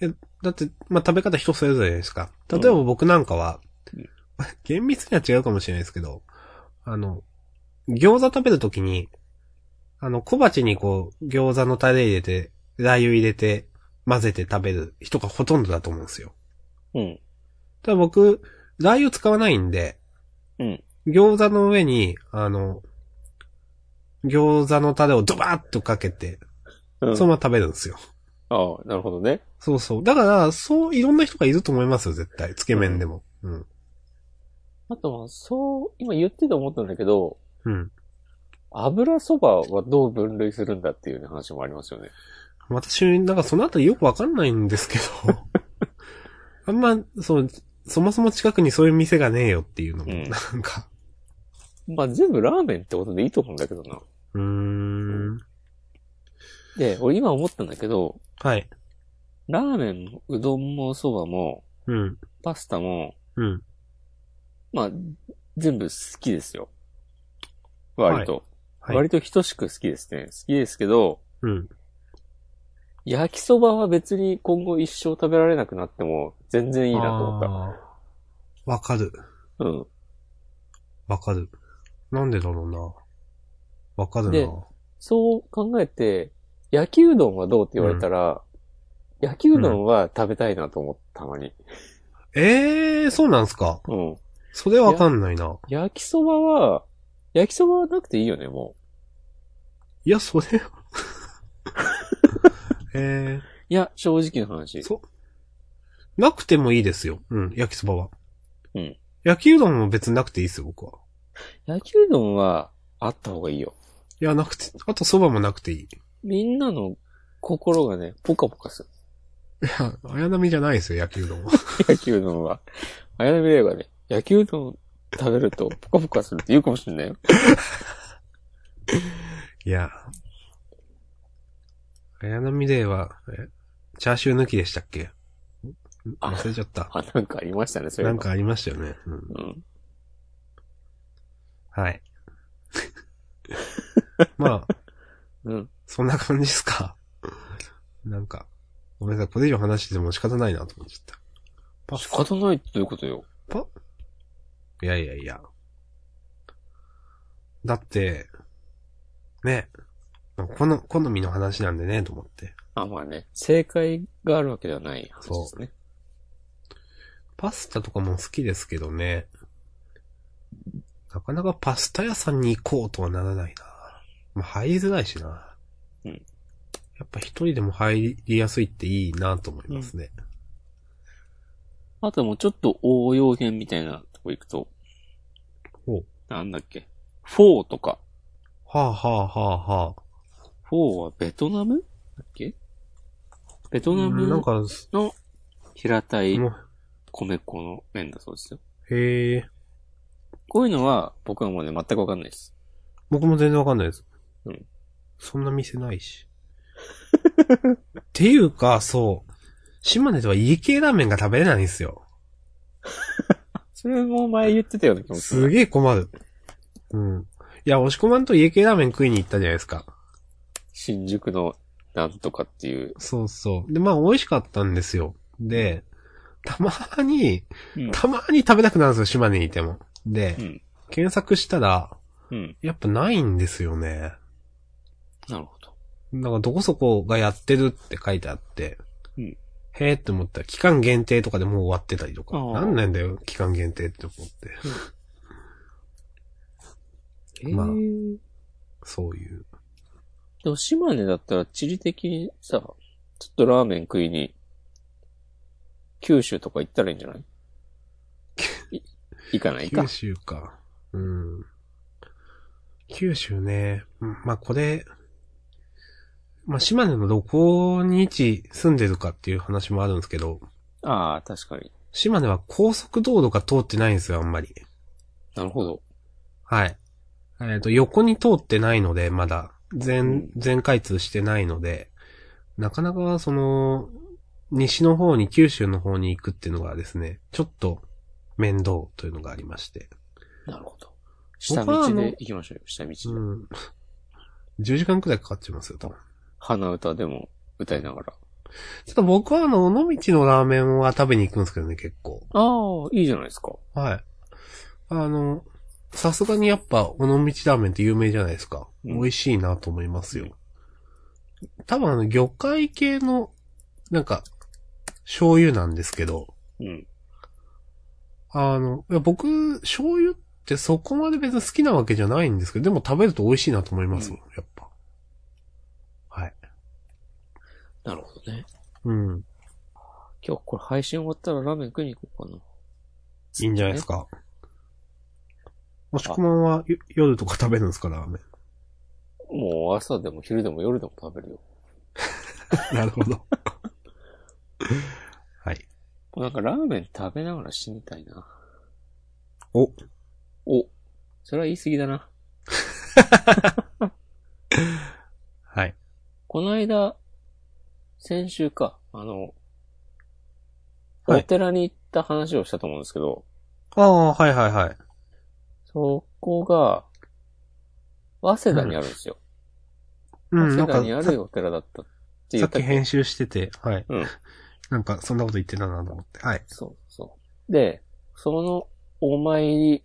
[SPEAKER 2] え、だって、まあ、食べ方人それぞれじゃないですか。例えば僕なんかは、
[SPEAKER 1] うん
[SPEAKER 2] 厳密には違うかもしれないですけど、あの、餃子食べるときに、あの、小鉢にこう、餃子のタレ入れて、ラー油入れて、混ぜて食べる人がほとんどだと思うんですよ。
[SPEAKER 1] うん。
[SPEAKER 2] ただ僕、ラー油使わないんで、
[SPEAKER 1] うん
[SPEAKER 2] 餃子の上に、あの、餃子のタレをドバーッとかけて、
[SPEAKER 1] うん、
[SPEAKER 2] そのまま食べるんですよ。
[SPEAKER 1] ああ、なるほどね。
[SPEAKER 2] そうそう。だから、そう、いろんな人がいると思いますよ、絶対。つけ麺でも。うん。
[SPEAKER 1] あとは、そう、今言ってて思ったんだけど、
[SPEAKER 2] うん。
[SPEAKER 1] 油そばはどう分類するんだっていうね話もありますよね。
[SPEAKER 2] 私、なんかそのあたりよくわかんないんですけど。 あんま、そう、そもそも近くにそういう店がねえよっていうのも、
[SPEAKER 1] うん
[SPEAKER 2] なんか、
[SPEAKER 1] まあ全部ラーメンってことでいいと思うんだけどな。
[SPEAKER 2] うーん。
[SPEAKER 1] で、俺今思ったんだけど、
[SPEAKER 2] はい。
[SPEAKER 1] ラーメンもうどんもそばも
[SPEAKER 2] うん。
[SPEAKER 1] パスタも、
[SPEAKER 2] うん。
[SPEAKER 1] まあ全部好きですよ。割と。
[SPEAKER 2] はい。
[SPEAKER 1] 割と等しく好きですね。好きですけど、
[SPEAKER 2] うん。
[SPEAKER 1] 焼きそばは別に今後一生食べられなくなっても全然いいなと思っ
[SPEAKER 2] あーわかる。
[SPEAKER 1] た。うん。
[SPEAKER 2] わかる。なんでだろうな。わかる
[SPEAKER 1] で
[SPEAKER 2] な。
[SPEAKER 1] そう考えて、焼きうどんはどうって言われたら、焼きうどんは食べたいなと思ったたまに。
[SPEAKER 2] ええー、そうなんすか。
[SPEAKER 1] うん。
[SPEAKER 2] それわかんないな。
[SPEAKER 1] 焼きそばは、焼きそばはなくていいよね、も
[SPEAKER 2] いや、そ れは。え
[SPEAKER 1] う。いや、正直な話。
[SPEAKER 2] ー、そ、なくてもいいですよ。うん、焼きそばは。
[SPEAKER 1] うん。
[SPEAKER 2] 焼きうどんも別になくていいですよ、僕は。
[SPEAKER 1] 焼きうどんはあった方がいいよ。
[SPEAKER 2] いや、なくて、あとそばもなくていい。
[SPEAKER 1] みんなの心がね、ポカポカする。
[SPEAKER 2] 綾波じゃないですよ、焼きうどんは。
[SPEAKER 1] 焼きうどんは。あやなみれいがね、焼きうどん食べるとポカポカするって言うかもしれないよ。
[SPEAKER 2] いや。綾波レイは、えチャーシュー抜きでしたっけ
[SPEAKER 1] あ
[SPEAKER 2] 忘れちゃった。
[SPEAKER 1] あ、なんかありましたね、それ。
[SPEAKER 2] なん。かありましたよね。うん。
[SPEAKER 1] うん。
[SPEAKER 2] はい。 まあ、
[SPEAKER 1] うん。
[SPEAKER 2] そんな感じですか。なんか、ごめんなさい、これ以上話してても仕方ないなと思っちゃった。パ
[SPEAKER 1] 仕方ないってどういうことよ。
[SPEAKER 2] いやいやいや。だって、ね、この、好みの話なんでね、と思って。
[SPEAKER 1] あ、まあね、正解があるわけではない話ですね。
[SPEAKER 2] パスタとかも好きですけどね。なかなかパスタ屋さんに行こうとはならないな。まあ、入りづらいしな。
[SPEAKER 1] うん
[SPEAKER 2] やっぱ一人でも入りやすいっていいなと思いますね。
[SPEAKER 1] あともうちょっと応用編みたいなとこ行くと、
[SPEAKER 2] ほう
[SPEAKER 1] なんだっけ。フォーとか。
[SPEAKER 2] はあはあはあはあ。
[SPEAKER 1] フォーはベトナムだっけベトナム
[SPEAKER 2] な
[SPEAKER 1] の
[SPEAKER 2] んか、
[SPEAKER 1] 平たい
[SPEAKER 2] も
[SPEAKER 1] 米粉の麺だそうですよ。
[SPEAKER 2] う、へえ、
[SPEAKER 1] こういうのは僕はもうね、全くわかんないです。
[SPEAKER 2] 僕も全然わかんないです。
[SPEAKER 1] うん
[SPEAKER 2] そんな店ないし。 っていうか、そう。島根では家系ラーメンが食べれないんですよ。
[SPEAKER 1] それも前言ってたような気もする。
[SPEAKER 2] すげえ困る。うん。いや、押し込まんと家系ラーメン食いに行ったじゃないですか。
[SPEAKER 1] 新宿のなんとかっていう。
[SPEAKER 2] そうそう。で、まあ、美味しかったんですよ。で、たまに、
[SPEAKER 1] うん
[SPEAKER 2] たまに食べたくなるんですよ、島根にいても。で、
[SPEAKER 1] うん。
[SPEAKER 2] 検索したら、
[SPEAKER 1] うん。
[SPEAKER 2] やっぱないんですよね。
[SPEAKER 1] なるほど。
[SPEAKER 2] なんかどこそこがやってるって書いてあって、
[SPEAKER 1] うん
[SPEAKER 2] へえって思ったら、期間限定とかでもう終わってたりとか
[SPEAKER 1] あ、ー
[SPEAKER 2] なんなんだよ、期間限定って思って。まあ
[SPEAKER 1] えー
[SPEAKER 2] そういう。
[SPEAKER 1] でも島根だったら地理的にさ、ちょっとラーメン食いに、九州とか行ったらいいんじ ゃないい行かないか
[SPEAKER 2] 九。州か。うん。九州ね。うんまあ、これ、まあ、島根のどこに位置住んでるかっていう話もあるんですけど、
[SPEAKER 1] ああ、確かに。
[SPEAKER 2] 島根は高速道路が通ってないんですよ、あんまり。
[SPEAKER 1] なるほど。
[SPEAKER 2] はい。えっ、と、横に通ってないので、まだ、
[SPEAKER 1] うん
[SPEAKER 2] 全、全開通してないので、なかなか、その、西の方に、九州の方に行くっていうのがですね、ちょっと面倒というのがありまして。
[SPEAKER 1] なるほど。下
[SPEAKER 2] 僕はあ
[SPEAKER 1] 道
[SPEAKER 2] の
[SPEAKER 1] で行きましょうよ、下道で。
[SPEAKER 2] うん。10時間くらいかかっちゃいますよ、多分。
[SPEAKER 1] 鼻歌でも歌いながら。
[SPEAKER 2] ちょっと僕はあの、尾道のラーメンは食べに行くんですけどね、結構。
[SPEAKER 1] ああ、いいじゃないですか。
[SPEAKER 2] はい。あの、さすがにやっぱ、尾道ラーメンって有名じゃないですか。
[SPEAKER 1] うん
[SPEAKER 2] 美味しいなと思いますよ。多分あの、魚介系の、なんか、醤油なんですけど、
[SPEAKER 1] うん。
[SPEAKER 2] あの、いや僕、醤油ってそこまで別に好きなわけじゃないんですけど、でも食べると美味しいなと思いますもん、やっぱ。はい。
[SPEAKER 1] なるほどね。
[SPEAKER 2] うん。
[SPEAKER 1] 今日これ配信終わったらラーメン食いに行こうかな。
[SPEAKER 2] いいんじゃないですか。もしくまんはよ夜とか食べるんですか、ラーメ
[SPEAKER 1] もう朝でも昼でも夜でも食べるよ。
[SPEAKER 2] ン。 なるほど。はい。
[SPEAKER 1] なんかラーメン食べながら死にたいな。
[SPEAKER 2] お。
[SPEAKER 1] お。それは言い過ぎだな。
[SPEAKER 2] はい。
[SPEAKER 1] この間、先週か、あの、
[SPEAKER 2] はい
[SPEAKER 1] お寺に行った話をしたと思うんですけど、
[SPEAKER 2] ああ、はいはいはい。
[SPEAKER 1] そこが、早稲田にあるんですよ。
[SPEAKER 2] うん、
[SPEAKER 1] 早
[SPEAKER 2] なん
[SPEAKER 1] 稲田
[SPEAKER 2] か
[SPEAKER 1] にあ
[SPEAKER 2] さ
[SPEAKER 1] るお寺だったって言
[SPEAKER 2] さ
[SPEAKER 1] っ
[SPEAKER 2] ったき
[SPEAKER 1] け
[SPEAKER 2] 編集してて、はい。
[SPEAKER 1] うん
[SPEAKER 2] なんか、そんなこと言ってたなと思って。はい。
[SPEAKER 1] そうそう。で、そのお参り、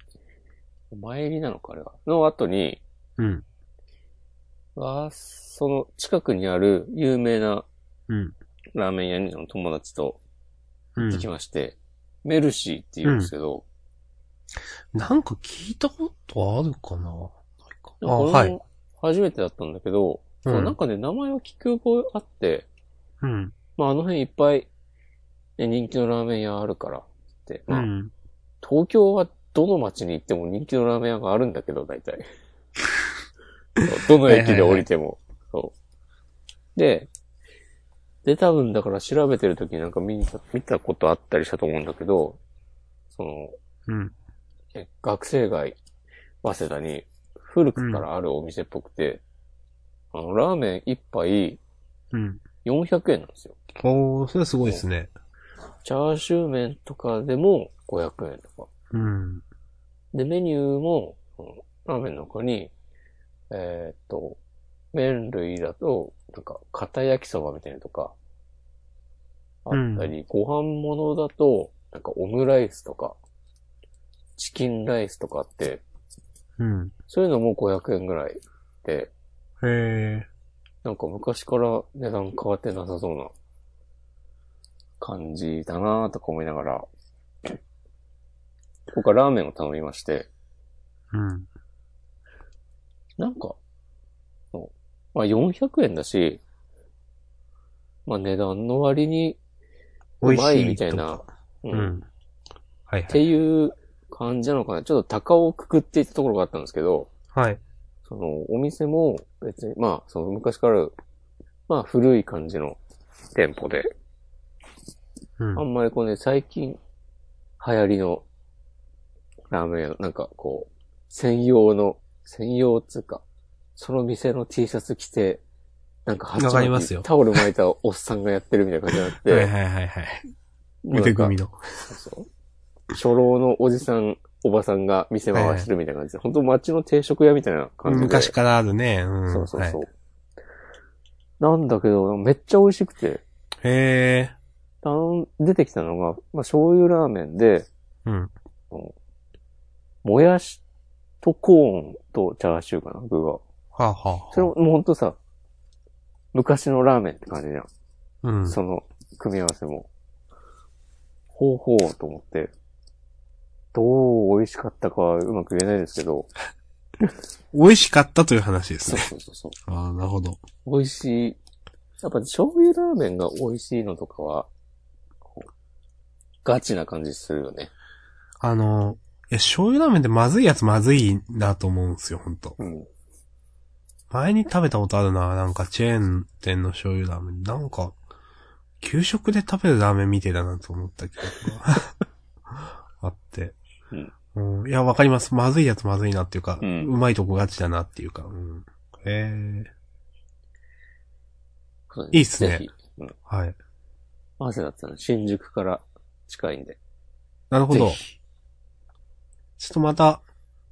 [SPEAKER 1] お参りなのかあれは、の後に、
[SPEAKER 2] うん。
[SPEAKER 1] わあ、その近くにある有名な
[SPEAKER 2] うん。
[SPEAKER 1] ラーメン屋にの友達と
[SPEAKER 2] う
[SPEAKER 1] 行って
[SPEAKER 2] ん
[SPEAKER 1] き。まして、メルシーって言うんですけど、
[SPEAKER 2] なんか聞いたことあるかなないかあ、
[SPEAKER 1] こ
[SPEAKER 2] は
[SPEAKER 1] れ
[SPEAKER 2] い。
[SPEAKER 1] も初めてだったんだけど、
[SPEAKER 2] うん
[SPEAKER 1] そうなんかね、名前は聞く覚えあって、
[SPEAKER 2] うん。
[SPEAKER 1] まああの辺いっぱい、ね、人気のラーメン屋あるからって、
[SPEAKER 2] う
[SPEAKER 1] まあ、
[SPEAKER 2] ん。
[SPEAKER 1] 東京はどの街に行っても人気のラーメン屋があるんだけど、大 体。そうどの駅で降りても。そう。で、で、多分だから調べてる時になんか見た見たことあったりしたと思うんだけど、その、
[SPEAKER 2] うん。
[SPEAKER 1] え学生街、早稲田に古くからあるお店っぽくて、あの、ラーメン一杯
[SPEAKER 2] うん。
[SPEAKER 1] 400円なんですよ。
[SPEAKER 2] おー、それはすごいですね。
[SPEAKER 1] チャーシュー麺とかでも500円とか。
[SPEAKER 2] うん。
[SPEAKER 1] で、メニューも、そのラーメンの中に、えーっと、麺類だと、なんか、片焼きそばみたいなのとか、あったり、ご飯物だと、なんかオムライスとか、チキンライスとかあって、
[SPEAKER 2] うん。
[SPEAKER 1] そういうのも500円ぐらいで、
[SPEAKER 2] へえ。
[SPEAKER 1] なんか昔から値段変わってなさそうな感じだなとか思いながら、僕はラーメンを頼みまして、
[SPEAKER 2] うん。
[SPEAKER 1] なんか、そうまあ400円だし、まあ値段の割に、うまいみたいな
[SPEAKER 2] とか。
[SPEAKER 1] うん
[SPEAKER 2] う
[SPEAKER 1] っ
[SPEAKER 2] ん。はいは
[SPEAKER 1] て
[SPEAKER 2] い。
[SPEAKER 1] いう感じなのかな。ちょっと高をくくっていたところがあったんですけど、
[SPEAKER 2] はい。
[SPEAKER 1] そのお店も別に、まあその昔からある、まあ古い感じの店舗で、
[SPEAKER 2] うん
[SPEAKER 1] あ。んまりこうね、最近流行りのラーメン屋、なんかこう、専用の、専用っつうか、その店の T シャツ着て、なんか
[SPEAKER 2] わかりますよ
[SPEAKER 1] タオル巻いたおっさんがやってるみたいな感じにな って、
[SPEAKER 2] はいはいはいはい。
[SPEAKER 1] もうなんか
[SPEAKER 2] 腕組みの。
[SPEAKER 1] そうそう初老のおじさん、おばさんが店回してるみたいな感じで、本当街の定食屋みたいな感じで。
[SPEAKER 2] 昔からあるね。うん。
[SPEAKER 1] そうそうそう。
[SPEAKER 2] はい
[SPEAKER 1] なんだけど、めっちゃ美味しくて、
[SPEAKER 2] へえ。
[SPEAKER 1] 頼ん出てきたのが、まあ醤油ラーメンで、
[SPEAKER 2] うん。
[SPEAKER 1] もやしとコーンとチャーシューかな、具が。
[SPEAKER 2] はあ、はあ。
[SPEAKER 1] それももうほんとさ、昔のラーメンって感じじゃん。
[SPEAKER 2] うん。
[SPEAKER 1] その組み合わせも。ほうほうと思って。どう美味しかったかはうまく言えないですけど。
[SPEAKER 2] 美味しかったという話です
[SPEAKER 1] そう
[SPEAKER 2] ね。
[SPEAKER 1] そうそうそ
[SPEAKER 2] ああ、なるほど。
[SPEAKER 1] う。美味しい。やっぱ醤油ラーメンが美味しいのとかは、こうガチな感じするよね。
[SPEAKER 2] あの、いや、醤油ラーメンってまずいやつまずいなと思うんですよ、ほんと。
[SPEAKER 1] うん。
[SPEAKER 2] 前に食べたことあるな、なんかチェーン店の醤油ラーメン。なんか、給食で食べるラーメンみてえだなと思った記憶が あって。うんいや、わかります。まずいやつまずいなっていうか、
[SPEAKER 1] う
[SPEAKER 2] うんまいとこガチだなっていうか。うん、へえ。
[SPEAKER 1] そう
[SPEAKER 2] いいっす
[SPEAKER 1] ぜ
[SPEAKER 2] ね
[SPEAKER 1] ひ。うん。
[SPEAKER 2] はい。
[SPEAKER 1] 合わせだったら新宿から近いんで。
[SPEAKER 2] なるほ
[SPEAKER 1] ぜ
[SPEAKER 2] ど。
[SPEAKER 1] ひ。
[SPEAKER 2] ちょっとまた、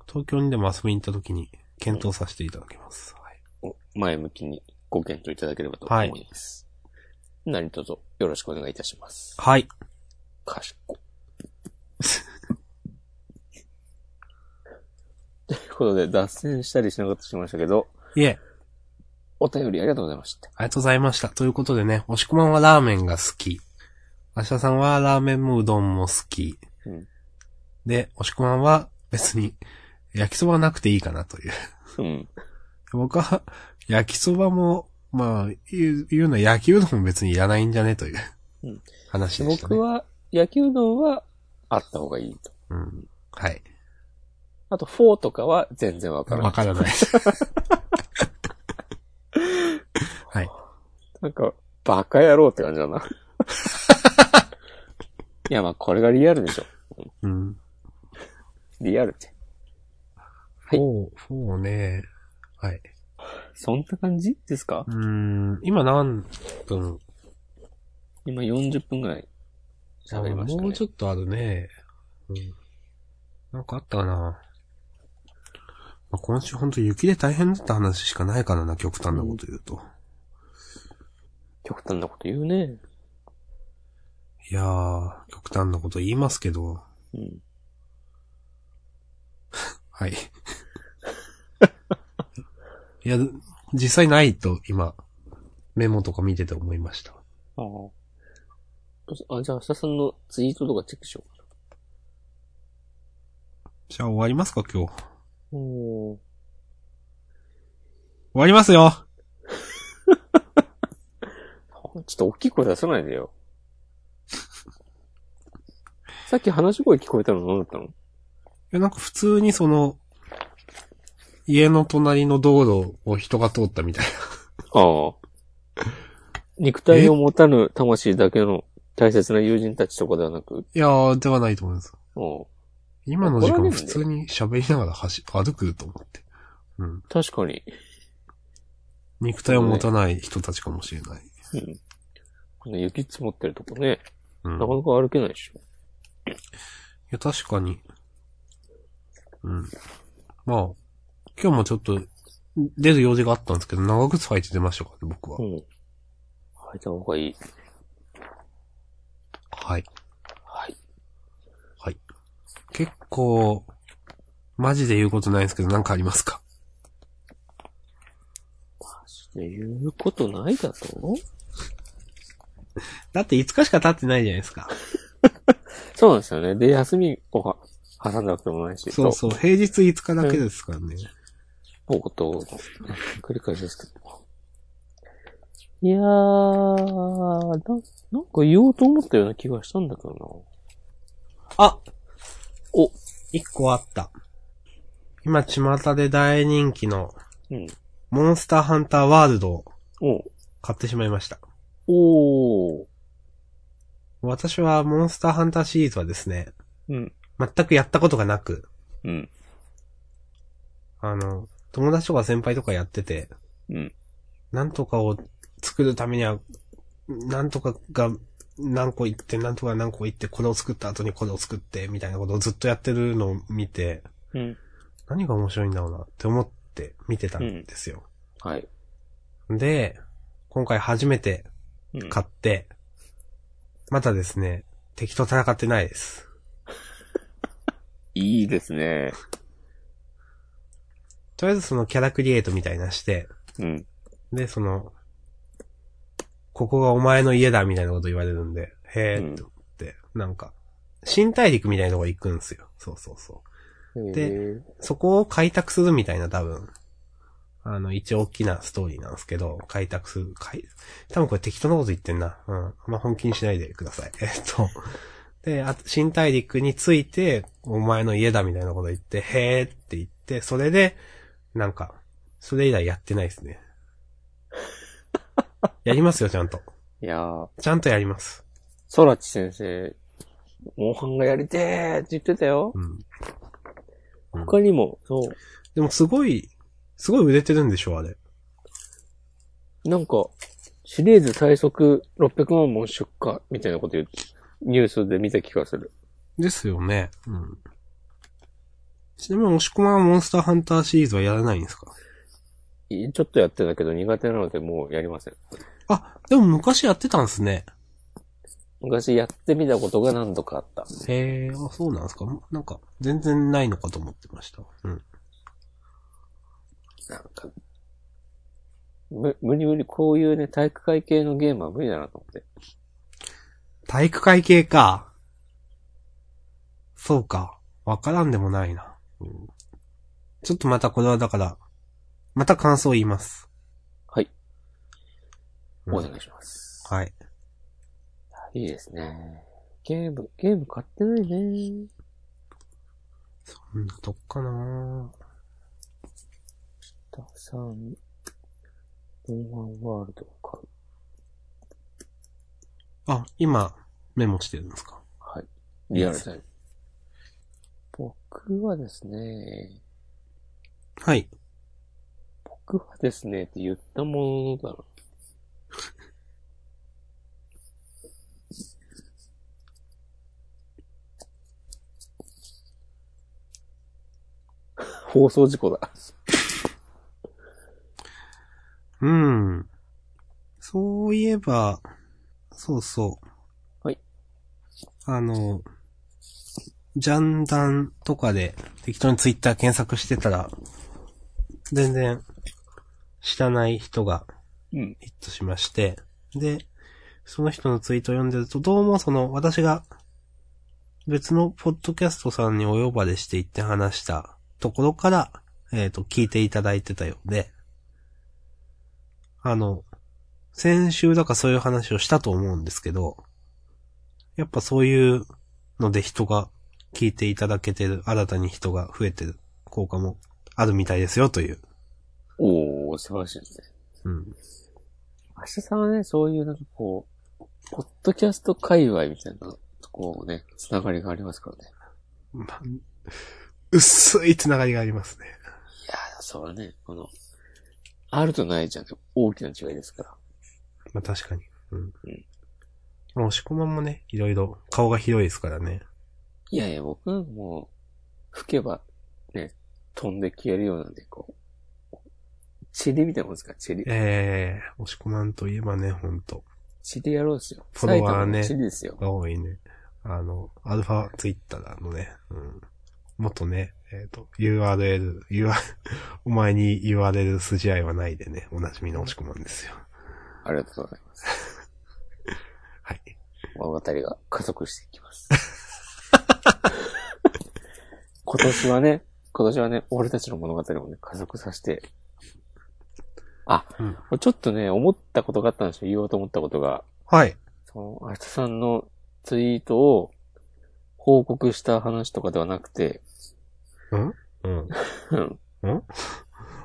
[SPEAKER 2] 東京にでも遊びに行った時に、検討させていただきます。はい。
[SPEAKER 1] お前向きに。ご検討いただければと思います。何卒よろしくお願いいたします。
[SPEAKER 2] はい。
[SPEAKER 1] かしこ。 ということで、脱線したりしなかったりしましたけど、
[SPEAKER 2] いえ、
[SPEAKER 1] お便りありがとうございました。
[SPEAKER 2] ありがとうございました。ということでね、押し込まんはラーメンが好き。明日さんはラーメンもうどんも好き。
[SPEAKER 1] うん
[SPEAKER 2] で、押し込まんは別に焼きそばなくていいかなという。
[SPEAKER 1] うん。
[SPEAKER 2] 僕は焼きそばも、まあ、言う言うのは焼きうどんも別にいらないんじゃねという
[SPEAKER 1] うん
[SPEAKER 2] 話でしたね。
[SPEAKER 1] 僕は、焼きうどんはあった方がいいと。
[SPEAKER 2] うん。はい。
[SPEAKER 1] あと、フォーとかは全然わからな
[SPEAKER 2] わ
[SPEAKER 1] い。
[SPEAKER 2] からない。
[SPEAKER 1] なんか、バカ野郎って感じだな。いや、まあ、これがリアルでしょ。
[SPEAKER 2] うん。
[SPEAKER 1] リアルって。
[SPEAKER 2] フォー、フォーね。はい。
[SPEAKER 1] そんな感じですか
[SPEAKER 2] うーん、今何分
[SPEAKER 1] 今40分ぐらい喋りましたね。
[SPEAKER 2] もうちょっとあるね。うん。なんかあったかな。まあ、今週ほんと雪で大変だった話しかないからな、極端なこと言うと。
[SPEAKER 1] 極端なこと言うね。
[SPEAKER 2] いやー、極端なこと言いますけど。
[SPEAKER 1] うん。
[SPEAKER 2] はい。いや、実際ないと今、メモとか見てて思いました。
[SPEAKER 1] ああ。あ、じゃあ、明日さんのツイートとかチェックしようか
[SPEAKER 2] じゃあ終わりますか、今日。終
[SPEAKER 1] な。おー
[SPEAKER 2] わりますよ
[SPEAKER 1] ちょっと大きい声出さないでよ。 さっき話し声聞こえたの何だったの
[SPEAKER 2] いや、なんか普通にその、家の隣の道路を人が通ったみたい
[SPEAKER 1] ああ。肉体を持たぬ魂だけの大切な友人たちとかではなく、
[SPEAKER 2] な。いやー、ではないと思います。
[SPEAKER 1] うん
[SPEAKER 2] 今の時
[SPEAKER 1] 怒られる
[SPEAKER 2] 間
[SPEAKER 1] んだよ
[SPEAKER 2] 普通に喋りながら走、歩くと思って。うん。
[SPEAKER 1] 確かに、
[SPEAKER 2] 肉体を持たない人たちかもしれない。
[SPEAKER 1] うんこの雪積もってるとこね、
[SPEAKER 2] うん。
[SPEAKER 1] なかないか歩けないでしょ。
[SPEAKER 2] や、確かに。うん。まあ、今日もちょっと、出る用事があったんですけど、長靴履いて出ましたからね、僕は。
[SPEAKER 1] うん。履いた方がいい。
[SPEAKER 2] はい。
[SPEAKER 1] はい。
[SPEAKER 2] 結構、マジで言うことないんですけど、なんかありますか
[SPEAKER 1] マジで言うことないだと
[SPEAKER 2] だって5日しか経ってないじゃないですか。
[SPEAKER 1] そうなんですよね。で、休みをは挟んだわけでもないし、
[SPEAKER 2] そうそう、平日5日だけですからね。
[SPEAKER 1] と冒頭の繰り返しですけど。いやー、ななんか言おうと思ったような気がしたんだけど
[SPEAKER 2] あ
[SPEAKER 1] お
[SPEAKER 2] 一個あった。今、巷で大人気の、
[SPEAKER 1] な。うん。
[SPEAKER 2] モンスターハンターワールドを
[SPEAKER 1] お
[SPEAKER 2] 買ってしまいました。
[SPEAKER 1] おー。
[SPEAKER 2] 私は、モンスターハンターシリーズはですね、
[SPEAKER 1] うん。
[SPEAKER 2] 全くやったことがなく、
[SPEAKER 1] うん。
[SPEAKER 2] あの、友達とか先輩とかやってて、
[SPEAKER 1] うん。
[SPEAKER 2] なんとかを作るためには、なんとかが何個いって、なんとか何個いって、これを作った後にこれを作って、みたいなことをずっとやってるのを見て、
[SPEAKER 1] うん。
[SPEAKER 2] 何が面白いんだろうなって思って見てたんですよ。
[SPEAKER 1] はい。
[SPEAKER 2] で、今回初めて
[SPEAKER 1] うん
[SPEAKER 2] 買って、またですね、敵と戦ってないです。
[SPEAKER 1] いいですね。
[SPEAKER 2] とりあえずそのキャラクリエイトみたいなして、
[SPEAKER 1] うん。
[SPEAKER 2] で、その、ここがお前の家だみたいなこと言われるんで、へえって思って、なんか、新大陸みたいなとこ行くんですよ。そうそうそう。で
[SPEAKER 1] へ
[SPEAKER 2] そこを開拓するみたいな多分、あの、一応大きなストーリーなんですけど、開拓する、開、多分これ適当なこと言ってんな。うん。あんま本気にしないでください。えっ と、で、あと新大陸について、お前の家だみたいなこと言って、へーって言って、それで、なんか、それ以来やってないですね。やりますよ、ちゃんと。
[SPEAKER 1] ーいやー、
[SPEAKER 2] ちゃんとやります。
[SPEAKER 1] ソラチ先生、モンハンがやりてーって言ってたよ。
[SPEAKER 2] うん。うん
[SPEAKER 1] 他にも、そう。
[SPEAKER 2] でもすごい、すごい売れてるんでしょ、あれ。
[SPEAKER 1] なんか、シリーズ最速600万本出荷みたいなこと言う、ニュースで見た気がする。
[SPEAKER 2] ですよね。うん。ちなみに、押し込まんはモンスターハンターシリーズはやらないんですか
[SPEAKER 1] いちょっとやってたけど苦手なのでもうやりません。
[SPEAKER 2] あ、でも昔やってたんですね。
[SPEAKER 1] 昔やってみたことが何度かあった。
[SPEAKER 2] へえ、あ、そうなんですか。なんか、全然ないのかと思ってました。うん。
[SPEAKER 1] なんか、む、無理無理、こういうね、体育会系のゲームは無理だなと思って。
[SPEAKER 2] 体育会系か。そうか。わからんでもないな、うんちょっとまたこれはだから、また感想言います。
[SPEAKER 1] はい。
[SPEAKER 2] うん
[SPEAKER 1] お願いします。
[SPEAKER 2] はい。
[SPEAKER 1] いいですね。ゲーム、ゲーム買ってないね。
[SPEAKER 2] うん、どっかな
[SPEAKER 1] たくさん、モンハンワールドを買う。
[SPEAKER 2] あ、今、メモしてるんですか。
[SPEAKER 1] はい。リアルタイム。僕はですね、
[SPEAKER 2] はい。
[SPEAKER 1] 僕はですねって言ったものだ な。放送事故だ。
[SPEAKER 2] うん。そういえば、そうそう。
[SPEAKER 1] はい。
[SPEAKER 2] あの、ジャンダンとかで適当にツイッター検索してたら、全然知らない人が
[SPEAKER 1] うん。
[SPEAKER 2] ヒットしまして、で、その人のツイートを読んでると、どうもその、私が別のポッドキャストさんにお呼ばれして行って話したところから、えっ、と、聞いていただいてたようで、あの、先週だからそういう話をしたと思うんですけど、やっぱそういうので人が聞いていただけてる、新たに人が増えてる効果もあるみたいですよという。
[SPEAKER 1] おー、素晴らしいですね。
[SPEAKER 2] うん。
[SPEAKER 1] 明日さんはね、そういうなんかこう、ポッドキャスト界隈みたいなところもね、つながりがありますからね。
[SPEAKER 2] まあ薄いつながりがありますね。
[SPEAKER 1] いやー、それはね、この、あるとないじゃん、大きな違いですから。
[SPEAKER 2] まあ確かに。うん
[SPEAKER 1] うん。
[SPEAKER 2] まあ押し込まんもね、いろいろ顔が広いですからね。
[SPEAKER 1] いやいや、僕なんかもう、吹けば、ね、飛んで消えるようなんで、こう、チリみたいなもんですから、チリ。
[SPEAKER 2] ええー、押し込まんといえばね、ほんと。
[SPEAKER 1] チリやろうですよ。
[SPEAKER 2] フォ
[SPEAKER 1] 埼
[SPEAKER 2] ロワー
[SPEAKER 1] 玉
[SPEAKER 2] ね
[SPEAKER 1] のチリですよ。
[SPEAKER 2] が多いね。あの、アルファツイッターのね、うん。元ね、えっ、と、URL、UR、お 前に URL 筋合いはないでね、おなじみの押し込まんですよ。
[SPEAKER 1] ありがとうございます。
[SPEAKER 2] はい。
[SPEAKER 1] 物語が加速していき ます。今年はね、今年はね、俺たちの物語をね、加速させて、あ、
[SPEAKER 2] うん
[SPEAKER 1] これちょっとね、思ったことがあったんですよ。言おうと思ったことが。
[SPEAKER 2] はい。
[SPEAKER 1] その、明日さんのツイートを報告した話とかではなくて、
[SPEAKER 2] うん。
[SPEAKER 1] うん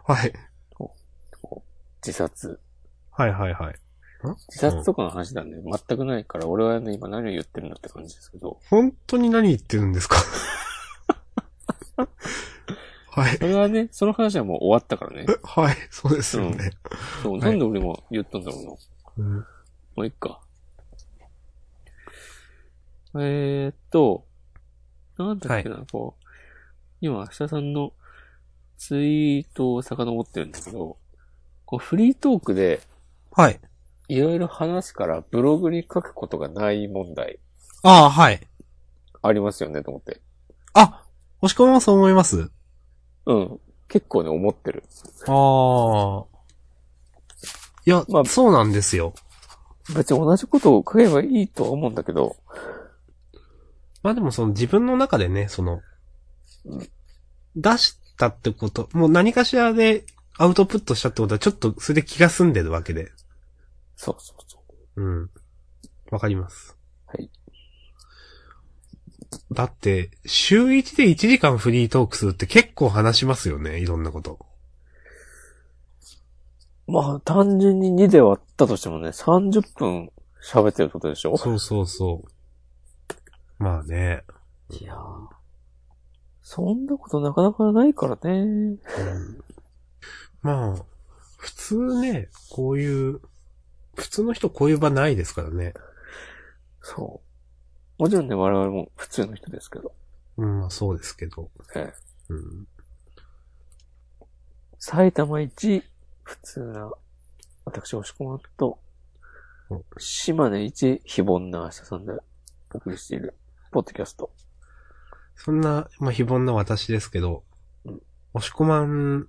[SPEAKER 2] はい。
[SPEAKER 1] こう 自殺。
[SPEAKER 2] はいはいはい。ん
[SPEAKER 1] 自殺とかの話なんで、全くないから、俺はね、今何を言ってるんだって感じですけど、
[SPEAKER 2] 本当に何言ってるんですか はい。
[SPEAKER 1] それはね、その話はもう終わったから ね。
[SPEAKER 2] はい、そうですよね。
[SPEAKER 1] そう、
[SPEAKER 2] はい
[SPEAKER 1] なんで俺も言ったんだろうな。
[SPEAKER 2] うん
[SPEAKER 1] もういっか。えーっと、なんだっけな、こう、今、明日さんのツイートを遡ってるんだけど、こう、フリートークで
[SPEAKER 2] はい。
[SPEAKER 1] いろいろ話すからブログに書くことがない問題
[SPEAKER 2] ああ、はい。
[SPEAKER 1] ありますよね、と思って。
[SPEAKER 2] あ、押し込みもそう思います
[SPEAKER 1] うん。結構ね、思ってる。
[SPEAKER 2] ああ。いや、
[SPEAKER 1] まあ
[SPEAKER 2] そうなんですよ。
[SPEAKER 1] 別に同じことを書けばいいとは思うんだけど、
[SPEAKER 2] まあでもその自分の中でね、その
[SPEAKER 1] うん、
[SPEAKER 2] 出したってこと、もう何かしらでアウトプットしたってことはちょっとそれで気が済んでるわけで。
[SPEAKER 1] そうそうそう。
[SPEAKER 2] うん。わかります。
[SPEAKER 1] はい。
[SPEAKER 2] だって、週1で1時間フリートークするって結構話しますよね、いろんなこと。
[SPEAKER 1] まあ、単純に2で割ったとしてもね、30分喋ってるってことでしょ
[SPEAKER 2] そうそうそう。まあね。
[SPEAKER 1] いやーそんなことなかなかないからね。
[SPEAKER 2] まあ、普通ね、こういう、普通の人こういう場ないですからね。
[SPEAKER 1] そう。もちろんね、我々も普通の人ですけど。
[SPEAKER 2] うん、まあそうですけど。
[SPEAKER 1] ええ
[SPEAKER 2] うん。
[SPEAKER 1] 埼玉一普通な、私、押し込まんと
[SPEAKER 2] うん、
[SPEAKER 1] 島根一非凡な明日さんでお送りしている、ポッドキャスト。
[SPEAKER 2] そんな、まあ、非凡な私ですけど
[SPEAKER 1] うん、
[SPEAKER 2] 押し込まん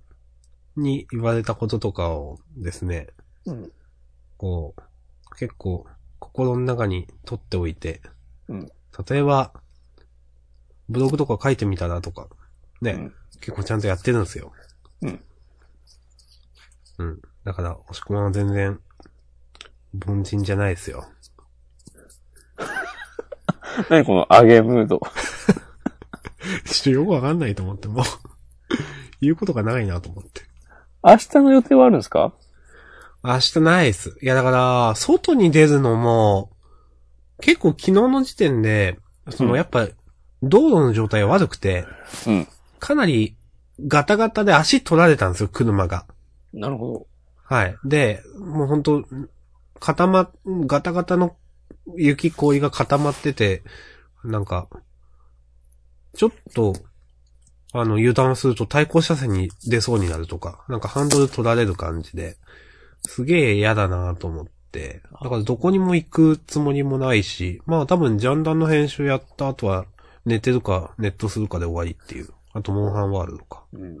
[SPEAKER 2] に言われたこととかをですね、
[SPEAKER 1] うん。
[SPEAKER 2] こう、結構、心の中に取っておいて、
[SPEAKER 1] うん
[SPEAKER 2] 例えば、ブログとか書いてみたらとか、ね、
[SPEAKER 1] うん
[SPEAKER 2] 結構ちゃんとやってるんですよ。
[SPEAKER 1] うん。
[SPEAKER 2] うん。だから、押し込まんは全然、凡人じゃないですよ。
[SPEAKER 1] 何この上げムード。
[SPEAKER 2] ちょっとよくわかんないと思って、もう 言うことがないなと思って。
[SPEAKER 1] 明日の予定はあるんですか
[SPEAKER 2] 明日ないです。いや、だから、外に出るのも、結構昨日の時点で、その、
[SPEAKER 1] うん
[SPEAKER 2] やっぱ、道路の状態が悪くて、
[SPEAKER 1] うん。
[SPEAKER 2] かなり、ガタガタで足取られたんですよ、車が。
[SPEAKER 1] なるほ
[SPEAKER 2] はい。で、もうほんと、固ま、ガタガタの雪氷が固まってて、なんか、ちょっと、あの、油断すると対向車線に出そうになるとか、なんかハンドル取られる感じで、すげえ嫌だなと思って、だからどこにも行くつもりもないし、まあ多分ジャンダンの編集やった後は、寝てるか、ネットするかで終わりっていう。あと、モンハンワールドか。
[SPEAKER 1] ど。うん。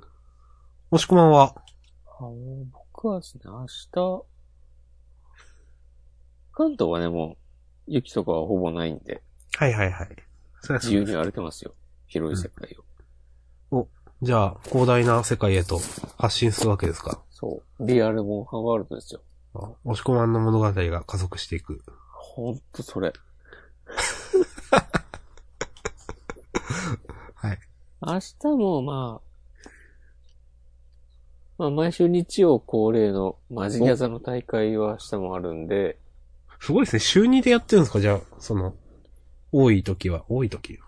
[SPEAKER 2] もしくは、
[SPEAKER 1] あの僕はですね、明日、関東はね、もう、雪とかはほぼないんで、
[SPEAKER 2] はいはいはい。そりゃそう
[SPEAKER 1] 自由に歩けますよ。広い世界を。
[SPEAKER 2] じゃあ、広大な世界へと発信するわけですか。
[SPEAKER 1] そう。リアルモンハンワールドですよ。
[SPEAKER 2] あ押し込まんの物語が加速していく。
[SPEAKER 1] ほんと それ。
[SPEAKER 2] はい。
[SPEAKER 1] 明日もまあ、まあ毎週日曜恒例のマジギャザの大会は明日もあるんで、
[SPEAKER 2] すごいですね。週2でやってるんですかじゃあ、その、多い時は、多い時は。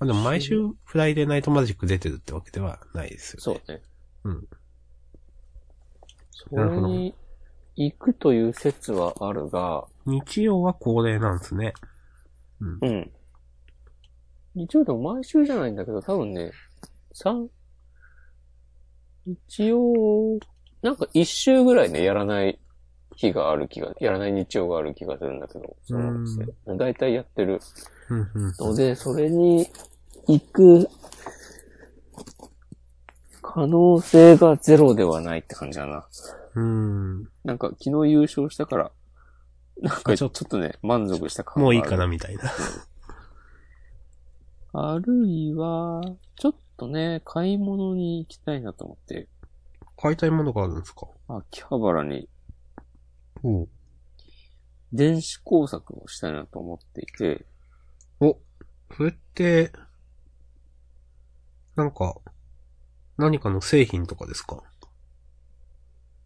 [SPEAKER 2] あ、でも毎週フライデーナイトマジック出てるってわけではないですよ、ね。
[SPEAKER 1] そうね。
[SPEAKER 2] うん。
[SPEAKER 1] そ
[SPEAKER 2] なる
[SPEAKER 1] れ
[SPEAKER 2] ほど
[SPEAKER 1] に行くという説はあるが、
[SPEAKER 2] 日曜は恒例なんですね。うん。
[SPEAKER 1] うん。日曜でも毎週じゃないんだけど、多分ね、三、日曜、なんか一週ぐらいね、やらない日がある気が、やらない日曜がある気がするんだけど、そうなんですね。大体やってる
[SPEAKER 2] うん、うん。
[SPEAKER 1] ので、それに行く可能性がゼロではないって感じだな。
[SPEAKER 2] うん。
[SPEAKER 1] なんか昨日優勝したから、なんか
[SPEAKER 2] ち
[SPEAKER 1] ち
[SPEAKER 2] ょ
[SPEAKER 1] ょ
[SPEAKER 2] っ
[SPEAKER 1] っ
[SPEAKER 2] と
[SPEAKER 1] とね、満足した感
[SPEAKER 2] も
[SPEAKER 1] があ
[SPEAKER 2] う
[SPEAKER 1] る
[SPEAKER 2] いいかな、みたいな。
[SPEAKER 1] あるいは、ちょっとね、買い物に行きたいなと思って、
[SPEAKER 2] 買いたいものがあるんですか
[SPEAKER 1] 秋葉原に
[SPEAKER 2] お
[SPEAKER 1] 電子工作をしたいなと思っていて、
[SPEAKER 2] お、それって、なんか、何かの製品とかですか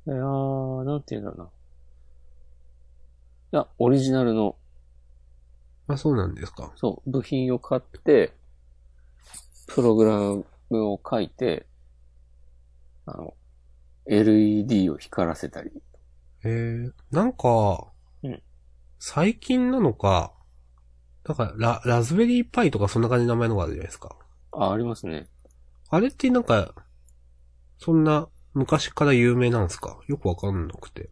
[SPEAKER 1] いやー、なんて言うんだろうな。いや、オリジナルの、
[SPEAKER 2] あ、そうなんですか。
[SPEAKER 1] そう、部品を買って、プログラムを書いて、あの、LED を光らせたり。
[SPEAKER 2] へえ、なんか、
[SPEAKER 1] うん
[SPEAKER 2] 最近なのか、なんかラ、ラズベリーパイとかそんな感じの名前のがあるじゃないですか。
[SPEAKER 1] あ、ありますね。
[SPEAKER 2] あれってなんか、そんな昔から有名なんですかよくわかんなくて。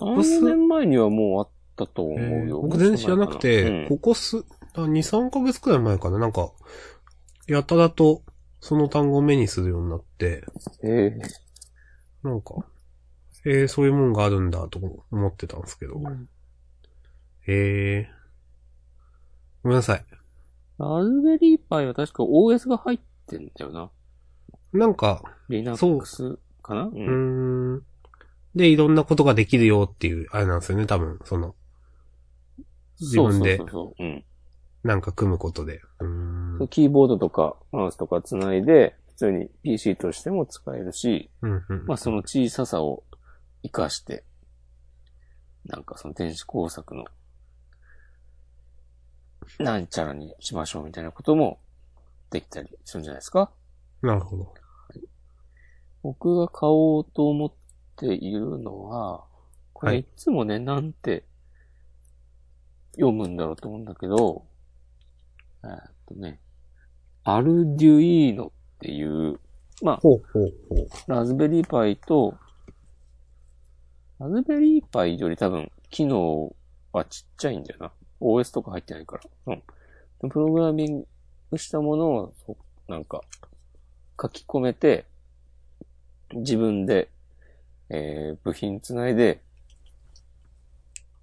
[SPEAKER 1] 3、4年前にはもうあったと思う
[SPEAKER 2] えー
[SPEAKER 1] よ。
[SPEAKER 2] 僕全然知らなくて、
[SPEAKER 1] うん
[SPEAKER 2] ここす、あ2、3ヶ月くらい前かな、なんか、やたらと、その単語を目にするようになって、
[SPEAKER 1] えー
[SPEAKER 2] なんか、えー、そういうもんがあるんだと思ってたんですけど。えー。ごめんなさい。
[SPEAKER 1] ラズベリーパイは確か OS が入ってんだよな。
[SPEAKER 2] なんか、
[SPEAKER 1] Linux かなう
[SPEAKER 2] うー
[SPEAKER 1] ん。
[SPEAKER 2] ん。で、いろんなことができるよっていう、あれなんですよね、多分、その、自
[SPEAKER 1] そう
[SPEAKER 2] 分
[SPEAKER 1] そう
[SPEAKER 2] で
[SPEAKER 1] そうそう。うん。
[SPEAKER 2] なんか組むことで。うーん。うん、
[SPEAKER 1] キーボードとかマウスとかつないで、普通に PC としても使えるし、
[SPEAKER 2] うん。
[SPEAKER 1] まあその小ささを活かして、なんかその電子工作の、なんちゃらにしましょうみたいなこともできたりするんじゃないですか
[SPEAKER 2] なるほど。
[SPEAKER 1] 僕が買おうと思っているのは、こ
[SPEAKER 2] は
[SPEAKER 1] れ
[SPEAKER 2] い
[SPEAKER 1] いつもね、なんて読むんだろうと思うんだけど、えーっとね、アルデュイーノっていうま
[SPEAKER 2] ほうほうほう。
[SPEAKER 1] あ、ラズベリーパイと、ラズベリーパイより多分、機能はちっちゃいんだよな。OS とか入ってないから。うん。プログラミングしたものを、そうなんか、書き込めて、自分で、えー、部品つないで、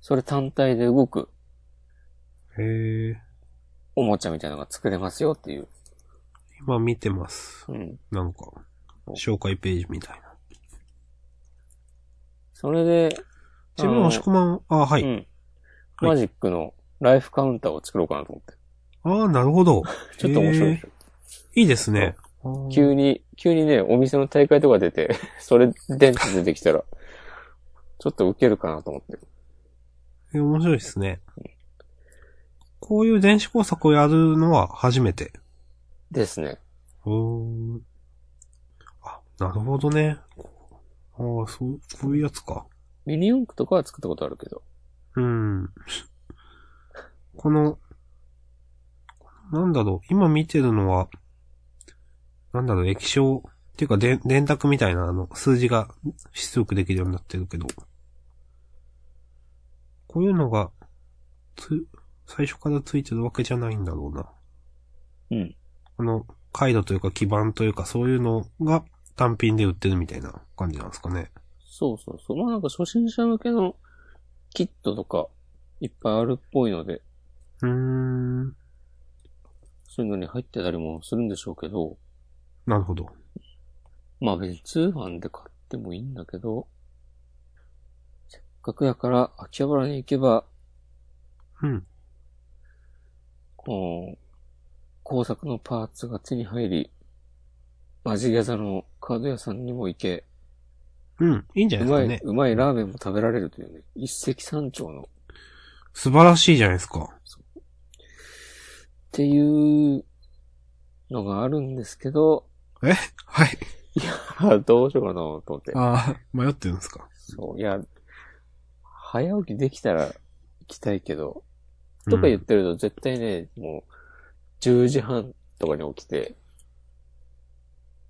[SPEAKER 1] それ単体で動く
[SPEAKER 2] へえ。
[SPEAKER 1] おもちゃみたいなのが作れますよっていう。
[SPEAKER 2] 今見てます。
[SPEAKER 1] うん。
[SPEAKER 2] なんか、紹介ページみたいな。
[SPEAKER 1] それで、
[SPEAKER 2] 自分
[SPEAKER 1] あの
[SPEAKER 2] 押し込まん、あ、は
[SPEAKER 1] う
[SPEAKER 2] い。
[SPEAKER 1] ん。マジックのライフカウンターを作ろうかなと思って。
[SPEAKER 2] ああ、なるほど。
[SPEAKER 1] ちょっと面白いでしょ。
[SPEAKER 2] いいですね。あー
[SPEAKER 1] 急に、急にね、お店の大会とか出て、 それ電池出てきたら、ちょっとウケるかなと思って。
[SPEAKER 2] え面白いですね。こういう電子工作をやるのは初めて。
[SPEAKER 1] ですね。
[SPEAKER 2] うーん。あ、なるほどね。ああ、そう、こういうやつか。
[SPEAKER 1] ミニ四駆とかは作ったことあるけど。
[SPEAKER 2] うん。この、なんだろう、今見てるのは、なんだろう、液晶、っていうか、で、電卓みたいな、あの、数字が出力できるようになってるけど、こういうのが、つ、最初からついてるわけじゃないんだろうな。
[SPEAKER 1] うん。
[SPEAKER 2] この、回路というか、基板というか、そういうのが単品で売ってるみたいな感じなんですかね。
[SPEAKER 1] そうそうそう。まあなんか初心者向けのキットとかいっぱいあるっぽいので、
[SPEAKER 2] うーん。
[SPEAKER 1] そういうのに入ってたりもするんでしょうけど、
[SPEAKER 2] なるほど。
[SPEAKER 1] まあ別に通販で買ってもいいんだけど、せっかくやから秋葉原に行けば、
[SPEAKER 2] うん。
[SPEAKER 1] こう、工作のパーツが手に入り、マジギャザのカード屋さんにも行け、
[SPEAKER 2] うん。いいんじゃ
[SPEAKER 1] う
[SPEAKER 2] ないで
[SPEAKER 1] まい、
[SPEAKER 2] すかね。
[SPEAKER 1] うまいラーメンも食べられるというね、一石三鳥の、っ
[SPEAKER 2] 素晴らしいじゃないですか。
[SPEAKER 1] ていうのがあるんですけど、
[SPEAKER 2] はい。
[SPEAKER 1] いや、どうしようかなと思って。
[SPEAKER 2] ああ、迷ってるんですか。
[SPEAKER 1] そう、いや、早起きできたら行きたいけど、とか言ってると絶対ね、もう、10時半とかに起きて、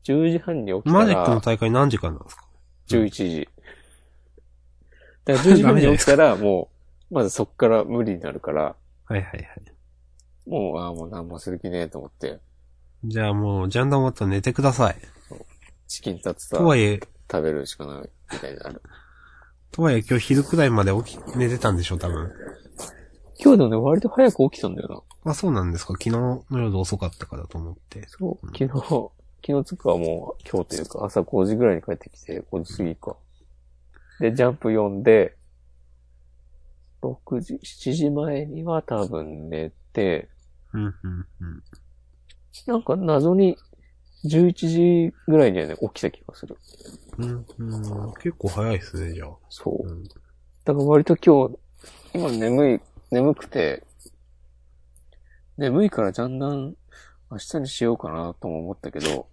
[SPEAKER 1] 10時半に起き
[SPEAKER 2] うん
[SPEAKER 1] た
[SPEAKER 2] マジックの
[SPEAKER 1] ら、
[SPEAKER 2] 大会何時間なんですか
[SPEAKER 1] 11時。だから10時半に起きたら、もう、まずそっから無理になるから、
[SPEAKER 2] はいはいはい。
[SPEAKER 1] もう、ああ、もう何もする気ねえと思って、
[SPEAKER 2] じゃあもう、ジャンダン終わったら寝てください。
[SPEAKER 1] チキンタツタ
[SPEAKER 2] とはいえ、
[SPEAKER 1] 食べるしかないみたいになる。
[SPEAKER 2] とはいえ今日昼くらいまで起き、寝てたんでしょ、多分。
[SPEAKER 1] 今日でもね、割と早く起きたんだよな。
[SPEAKER 2] あ、そうなんですか。昨日の夜遅かったからと思って。
[SPEAKER 1] そう、昨日、昨日つくはもう今日というか朝5時ぐらいに帰ってきて、5時過ぎか。で、ジャンプ読んで、6時、7時前には多分寝て、
[SPEAKER 2] うん、うん、うん。
[SPEAKER 1] なんか謎に11時ぐらいにはね、起きた気がする。
[SPEAKER 2] うん、うん、結構早いですね、じゃあ。
[SPEAKER 1] そう
[SPEAKER 2] う。ん、
[SPEAKER 1] だから割と今日、今眠い、眠くて、眠いからだんだん明日にしようかなとも思ったけど、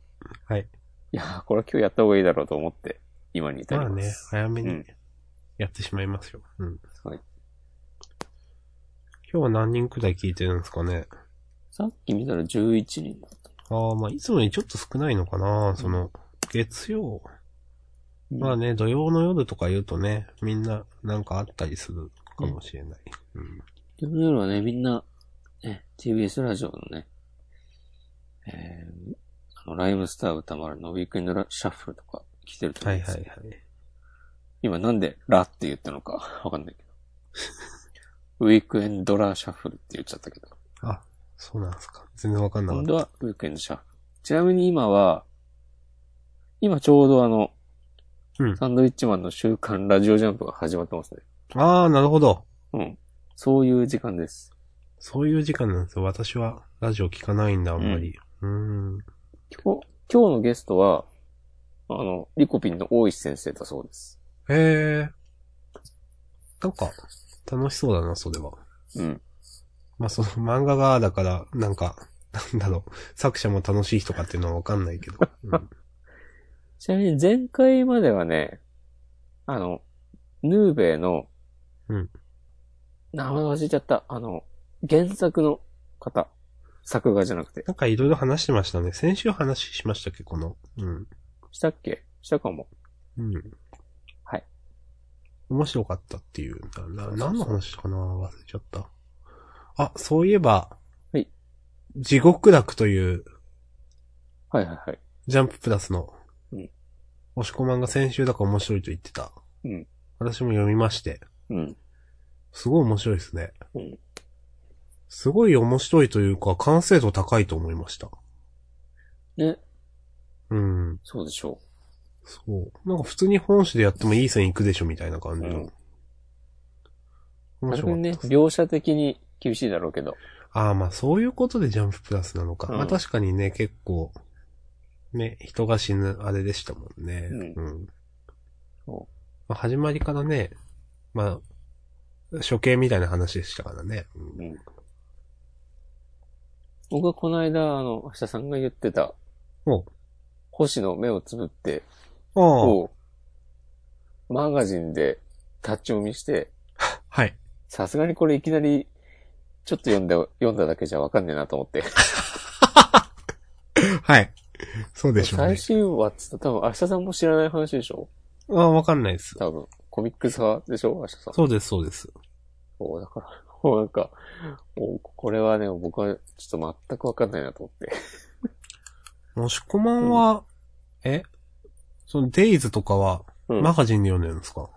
[SPEAKER 2] はい。
[SPEAKER 1] いやー、これは今日やった方がいいだろうと思って、今に至
[SPEAKER 2] まあ
[SPEAKER 1] りま
[SPEAKER 2] ね
[SPEAKER 1] す。、
[SPEAKER 2] 早め
[SPEAKER 1] う
[SPEAKER 2] に
[SPEAKER 1] ん
[SPEAKER 2] やってしまいますよ。うん。
[SPEAKER 1] はい。
[SPEAKER 2] 今日は何人くらい聞いてるんですかね。
[SPEAKER 1] さっき見たら11人だった。
[SPEAKER 2] ああ、まあ、いつもよりちょっと少ないのかな、その、月曜。まあね、土曜の夜とか言うとね、みんな、なんかあったりするかもしれない。うん。
[SPEAKER 1] でも夜はね、みんな、ね、TBS ラジオのね、えー、あの、ライムスター歌丸のウィークエンドラシャッフルとか来てると思
[SPEAKER 2] は
[SPEAKER 1] う
[SPEAKER 2] い
[SPEAKER 1] んです
[SPEAKER 2] はいはい。
[SPEAKER 1] 今なんでラって言ったのかわかんないけど。ウィークエンドラシャッフルって言っちゃったけど。
[SPEAKER 2] あ、そうなんですか。全然わかんなかっ
[SPEAKER 1] 今
[SPEAKER 2] た。
[SPEAKER 1] 度はウィークエンドシャッフル。ちなみに今は、今ちょうどあの、
[SPEAKER 2] うん
[SPEAKER 1] サンドウィッチマンの週刊ラジオジャンプが始まってますね。
[SPEAKER 2] ああ、なるほど。
[SPEAKER 1] うん。そういう時間です。
[SPEAKER 2] そういう時間なんですよ。私は、ラジオ聞かないんだ、あんまり。うーん。
[SPEAKER 1] 今日、今日のゲストは、あの、リコピンの大石先生だそうです。
[SPEAKER 2] へえ。なんか、楽しそうだな、それは。
[SPEAKER 1] うん。
[SPEAKER 2] まあ、その漫画が、だから、なんか、なんだろう、作者も楽しい人かっていうのはわかんないけど。うん、
[SPEAKER 1] ちなみに前回まではね、あの、ヌーベイの、
[SPEAKER 2] うん
[SPEAKER 1] 名前忘れちゃった。あの、原作の方。作画じゃなくて。
[SPEAKER 2] なんかいろいろ話してましたね。先週話しましたっけ、この。うん。
[SPEAKER 1] したっけしたかも。
[SPEAKER 2] うん。
[SPEAKER 1] はい。
[SPEAKER 2] 面白かったっていう。な、な何の話かな忘れちゃった。あ、そういえば。
[SPEAKER 1] はい。
[SPEAKER 2] 地獄楽という、
[SPEAKER 1] はいはいはい。
[SPEAKER 2] ジャンププラスの、
[SPEAKER 1] うん。
[SPEAKER 2] 押し込まんが先週だから面白いと言ってた。
[SPEAKER 1] うん。
[SPEAKER 2] 私も読みまして。
[SPEAKER 1] うん。
[SPEAKER 2] すごい面白いですね。
[SPEAKER 1] うん。
[SPEAKER 2] すごい面白いというか、完成度高いと思いました。
[SPEAKER 1] ね、
[SPEAKER 2] うん。
[SPEAKER 1] そうでしょ
[SPEAKER 2] そう。なんか普通に本誌でやってもいい線いくでしょみたいな感じの。
[SPEAKER 1] う。
[SPEAKER 2] 面
[SPEAKER 1] 逆
[SPEAKER 2] 白か
[SPEAKER 1] に
[SPEAKER 2] ったで
[SPEAKER 1] ね
[SPEAKER 2] す、
[SPEAKER 1] 描写的に厳しいだろうけど。
[SPEAKER 2] ああ、まあそういうことでジャンププラスなのか。
[SPEAKER 1] うん
[SPEAKER 2] まあ確かにね、結構、ね、人が死ぬあれでしたもんね。
[SPEAKER 1] う
[SPEAKER 2] うん
[SPEAKER 1] そ
[SPEAKER 2] まあ、始まりからね、まあ、処刑みたいな話でしたからね。うん
[SPEAKER 1] うん。僕はこの間、あの、明日さんが言ってた、
[SPEAKER 2] おう
[SPEAKER 1] 星の目をつぶって、
[SPEAKER 2] あ
[SPEAKER 1] を、マガジンで立ち読みして、
[SPEAKER 2] あ、はい。
[SPEAKER 1] さすがにこれいきなり、ちょっと読んだ、読んだだけじゃわかんねえなと思って。
[SPEAKER 2] はい。そうでしょうね
[SPEAKER 1] 最。新話っつったら多分明日さんも知らない話でしょ
[SPEAKER 2] ああ、わかんないです。
[SPEAKER 1] 多分。コミックス派でしょ明日さん。
[SPEAKER 2] そうです、そうです。
[SPEAKER 1] そう、だから、 もうなんか、もうこれはね、僕はちょっと全くわかんないなと思って。
[SPEAKER 2] もしこまんは、えそのデイズとかは、
[SPEAKER 1] うん。
[SPEAKER 2] マガジンで読んでるんですか、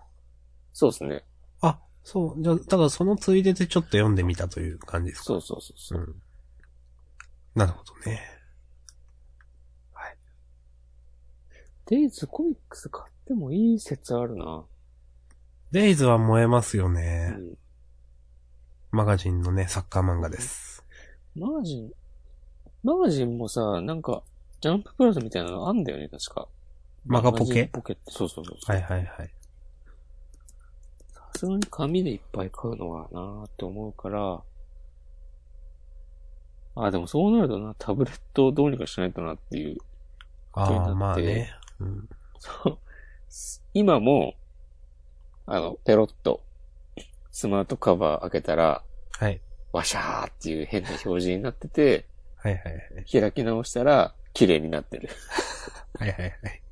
[SPEAKER 1] そうですね。
[SPEAKER 2] あ、そう。じゃあ、だからそのついででちょっと読んでみたという感じですか
[SPEAKER 1] そうそうそうそう。
[SPEAKER 2] うん。なるほどね。
[SPEAKER 1] デイズコミックス買ってもいい説あるな。
[SPEAKER 2] デイズは燃えますよ
[SPEAKER 1] う
[SPEAKER 2] ね。
[SPEAKER 1] ん。
[SPEAKER 2] マガジンのね、サッカー漫画です。
[SPEAKER 1] マガジン、マガジンもさ、なんか、ジャンププラスみたいなのあんだよね、確か。
[SPEAKER 2] マガポケ
[SPEAKER 1] マジンポケって、そうそうそうそう。
[SPEAKER 2] はいはいはい。
[SPEAKER 1] さすがに紙でいっぱい買うのはなーって思うから、あ、でもそうなるとな、タブレットをどうにかしないとなっていう。ことになっ
[SPEAKER 2] あ
[SPEAKER 1] て
[SPEAKER 2] あ、まあね。うん。
[SPEAKER 1] そう今も、あの、ペロッと、スマートカバー開けたら、
[SPEAKER 2] はい。
[SPEAKER 1] ワシャーっていう変な表示になってて、
[SPEAKER 2] はいはいはい。
[SPEAKER 1] 開き直したら、綺麗になってる。
[SPEAKER 2] はいはいはい。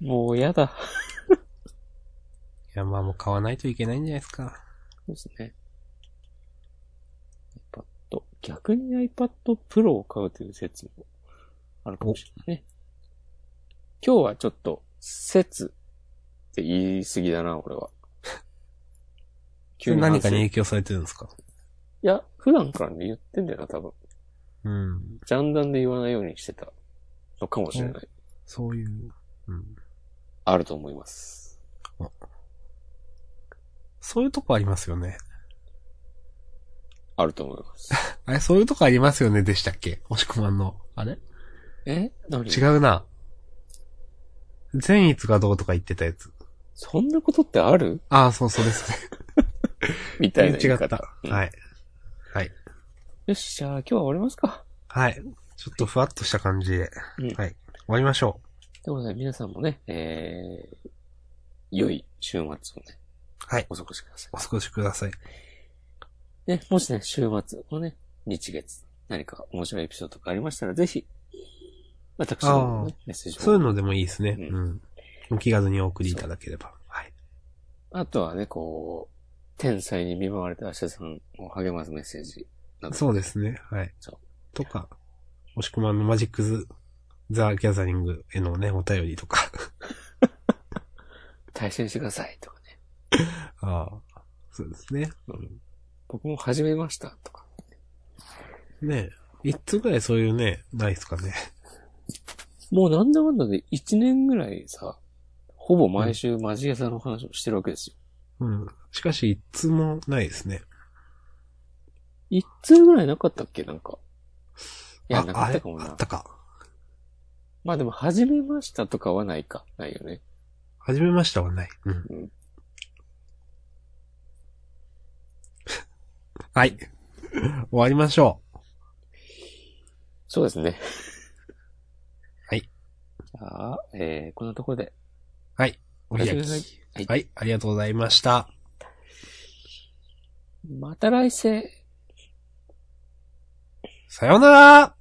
[SPEAKER 1] もうやだ。
[SPEAKER 2] いや、まあもう買わないといけないんじゃないですか。
[SPEAKER 1] そうですね。iPad。逆に iPad Pro を買うという説もあるかもしれないね。今日はちょっと、説って言い過ぎだな、俺 は。急に反省
[SPEAKER 2] 何かに影響されてるんですか
[SPEAKER 1] いや、普段からね、言ってんだよな、多分。
[SPEAKER 2] うん。
[SPEAKER 1] ジャンダンで言わないようにしてたのかもしれない。
[SPEAKER 2] そういう。うん。
[SPEAKER 1] あると思います。
[SPEAKER 2] そういうとこありますよね。
[SPEAKER 1] あると思います。
[SPEAKER 2] あれ、そういうとこありますよねでしたっけ押し込まんの。あれ
[SPEAKER 1] え何
[SPEAKER 2] 違うな。善逸がどうとか言ってたやつ。
[SPEAKER 1] そんなことってある
[SPEAKER 2] ああ、そうそうですね。
[SPEAKER 1] みたいな言
[SPEAKER 2] 違
[SPEAKER 1] い
[SPEAKER 2] っ
[SPEAKER 1] 方。
[SPEAKER 2] た。 はい。はい。
[SPEAKER 1] よし、じゃあ今日は終わりますか。
[SPEAKER 2] はい。ちょっとふわっとした感じで。
[SPEAKER 1] うん
[SPEAKER 2] はい。終わりましょう。
[SPEAKER 1] ということで、皆さんもね、えー、良い週末をね、
[SPEAKER 2] はい。
[SPEAKER 1] お過ごしくださ
[SPEAKER 2] お過ごしください。
[SPEAKER 1] い。ね、もしね、週末のね、日月、何か面白いエピソードがありましたら、ぜひ、私の、ね、メッセージ
[SPEAKER 2] そういう
[SPEAKER 1] も。
[SPEAKER 2] のでもいいですね。
[SPEAKER 1] う
[SPEAKER 2] うん。お気軽にお送りいただければ。はい。
[SPEAKER 1] あとはね、こう、天才に見舞われた明日さんを励ますメッセージ。なんか
[SPEAKER 2] そうですね。はい
[SPEAKER 1] そう。
[SPEAKER 2] とか、もしくはあのマジックズ・ザ・ギャザリングへのね、お便りとか。
[SPEAKER 1] 対戦してくださいとかね。
[SPEAKER 2] ああ。そうですね。
[SPEAKER 1] 僕も始めましたとか。
[SPEAKER 2] ねえ。一通ぐらいそういうね、ないですかね。
[SPEAKER 1] もうなんだかんだで1年ぐらいさ、ほぼ毎週マジエさんの話をしてるわけですよ。
[SPEAKER 2] うん。しかし、一通もないですね。
[SPEAKER 1] 一通ぐらいなかったっけなんか。いや、
[SPEAKER 2] あ
[SPEAKER 1] なかったかも
[SPEAKER 2] あれあ
[SPEAKER 1] な
[SPEAKER 2] っ。たか。
[SPEAKER 1] まあでも、始めましたとかはないか。ないよね。
[SPEAKER 2] 始めましたはない。うん。
[SPEAKER 1] うん
[SPEAKER 2] はい。終わりましょ
[SPEAKER 1] そうですね。
[SPEAKER 2] はい
[SPEAKER 1] じゃあ、えー、こんなところで。
[SPEAKER 2] う。はい。お開き
[SPEAKER 1] おやすみなさいはい
[SPEAKER 2] はい。ありがとうございました。
[SPEAKER 1] また来世。
[SPEAKER 2] さようなら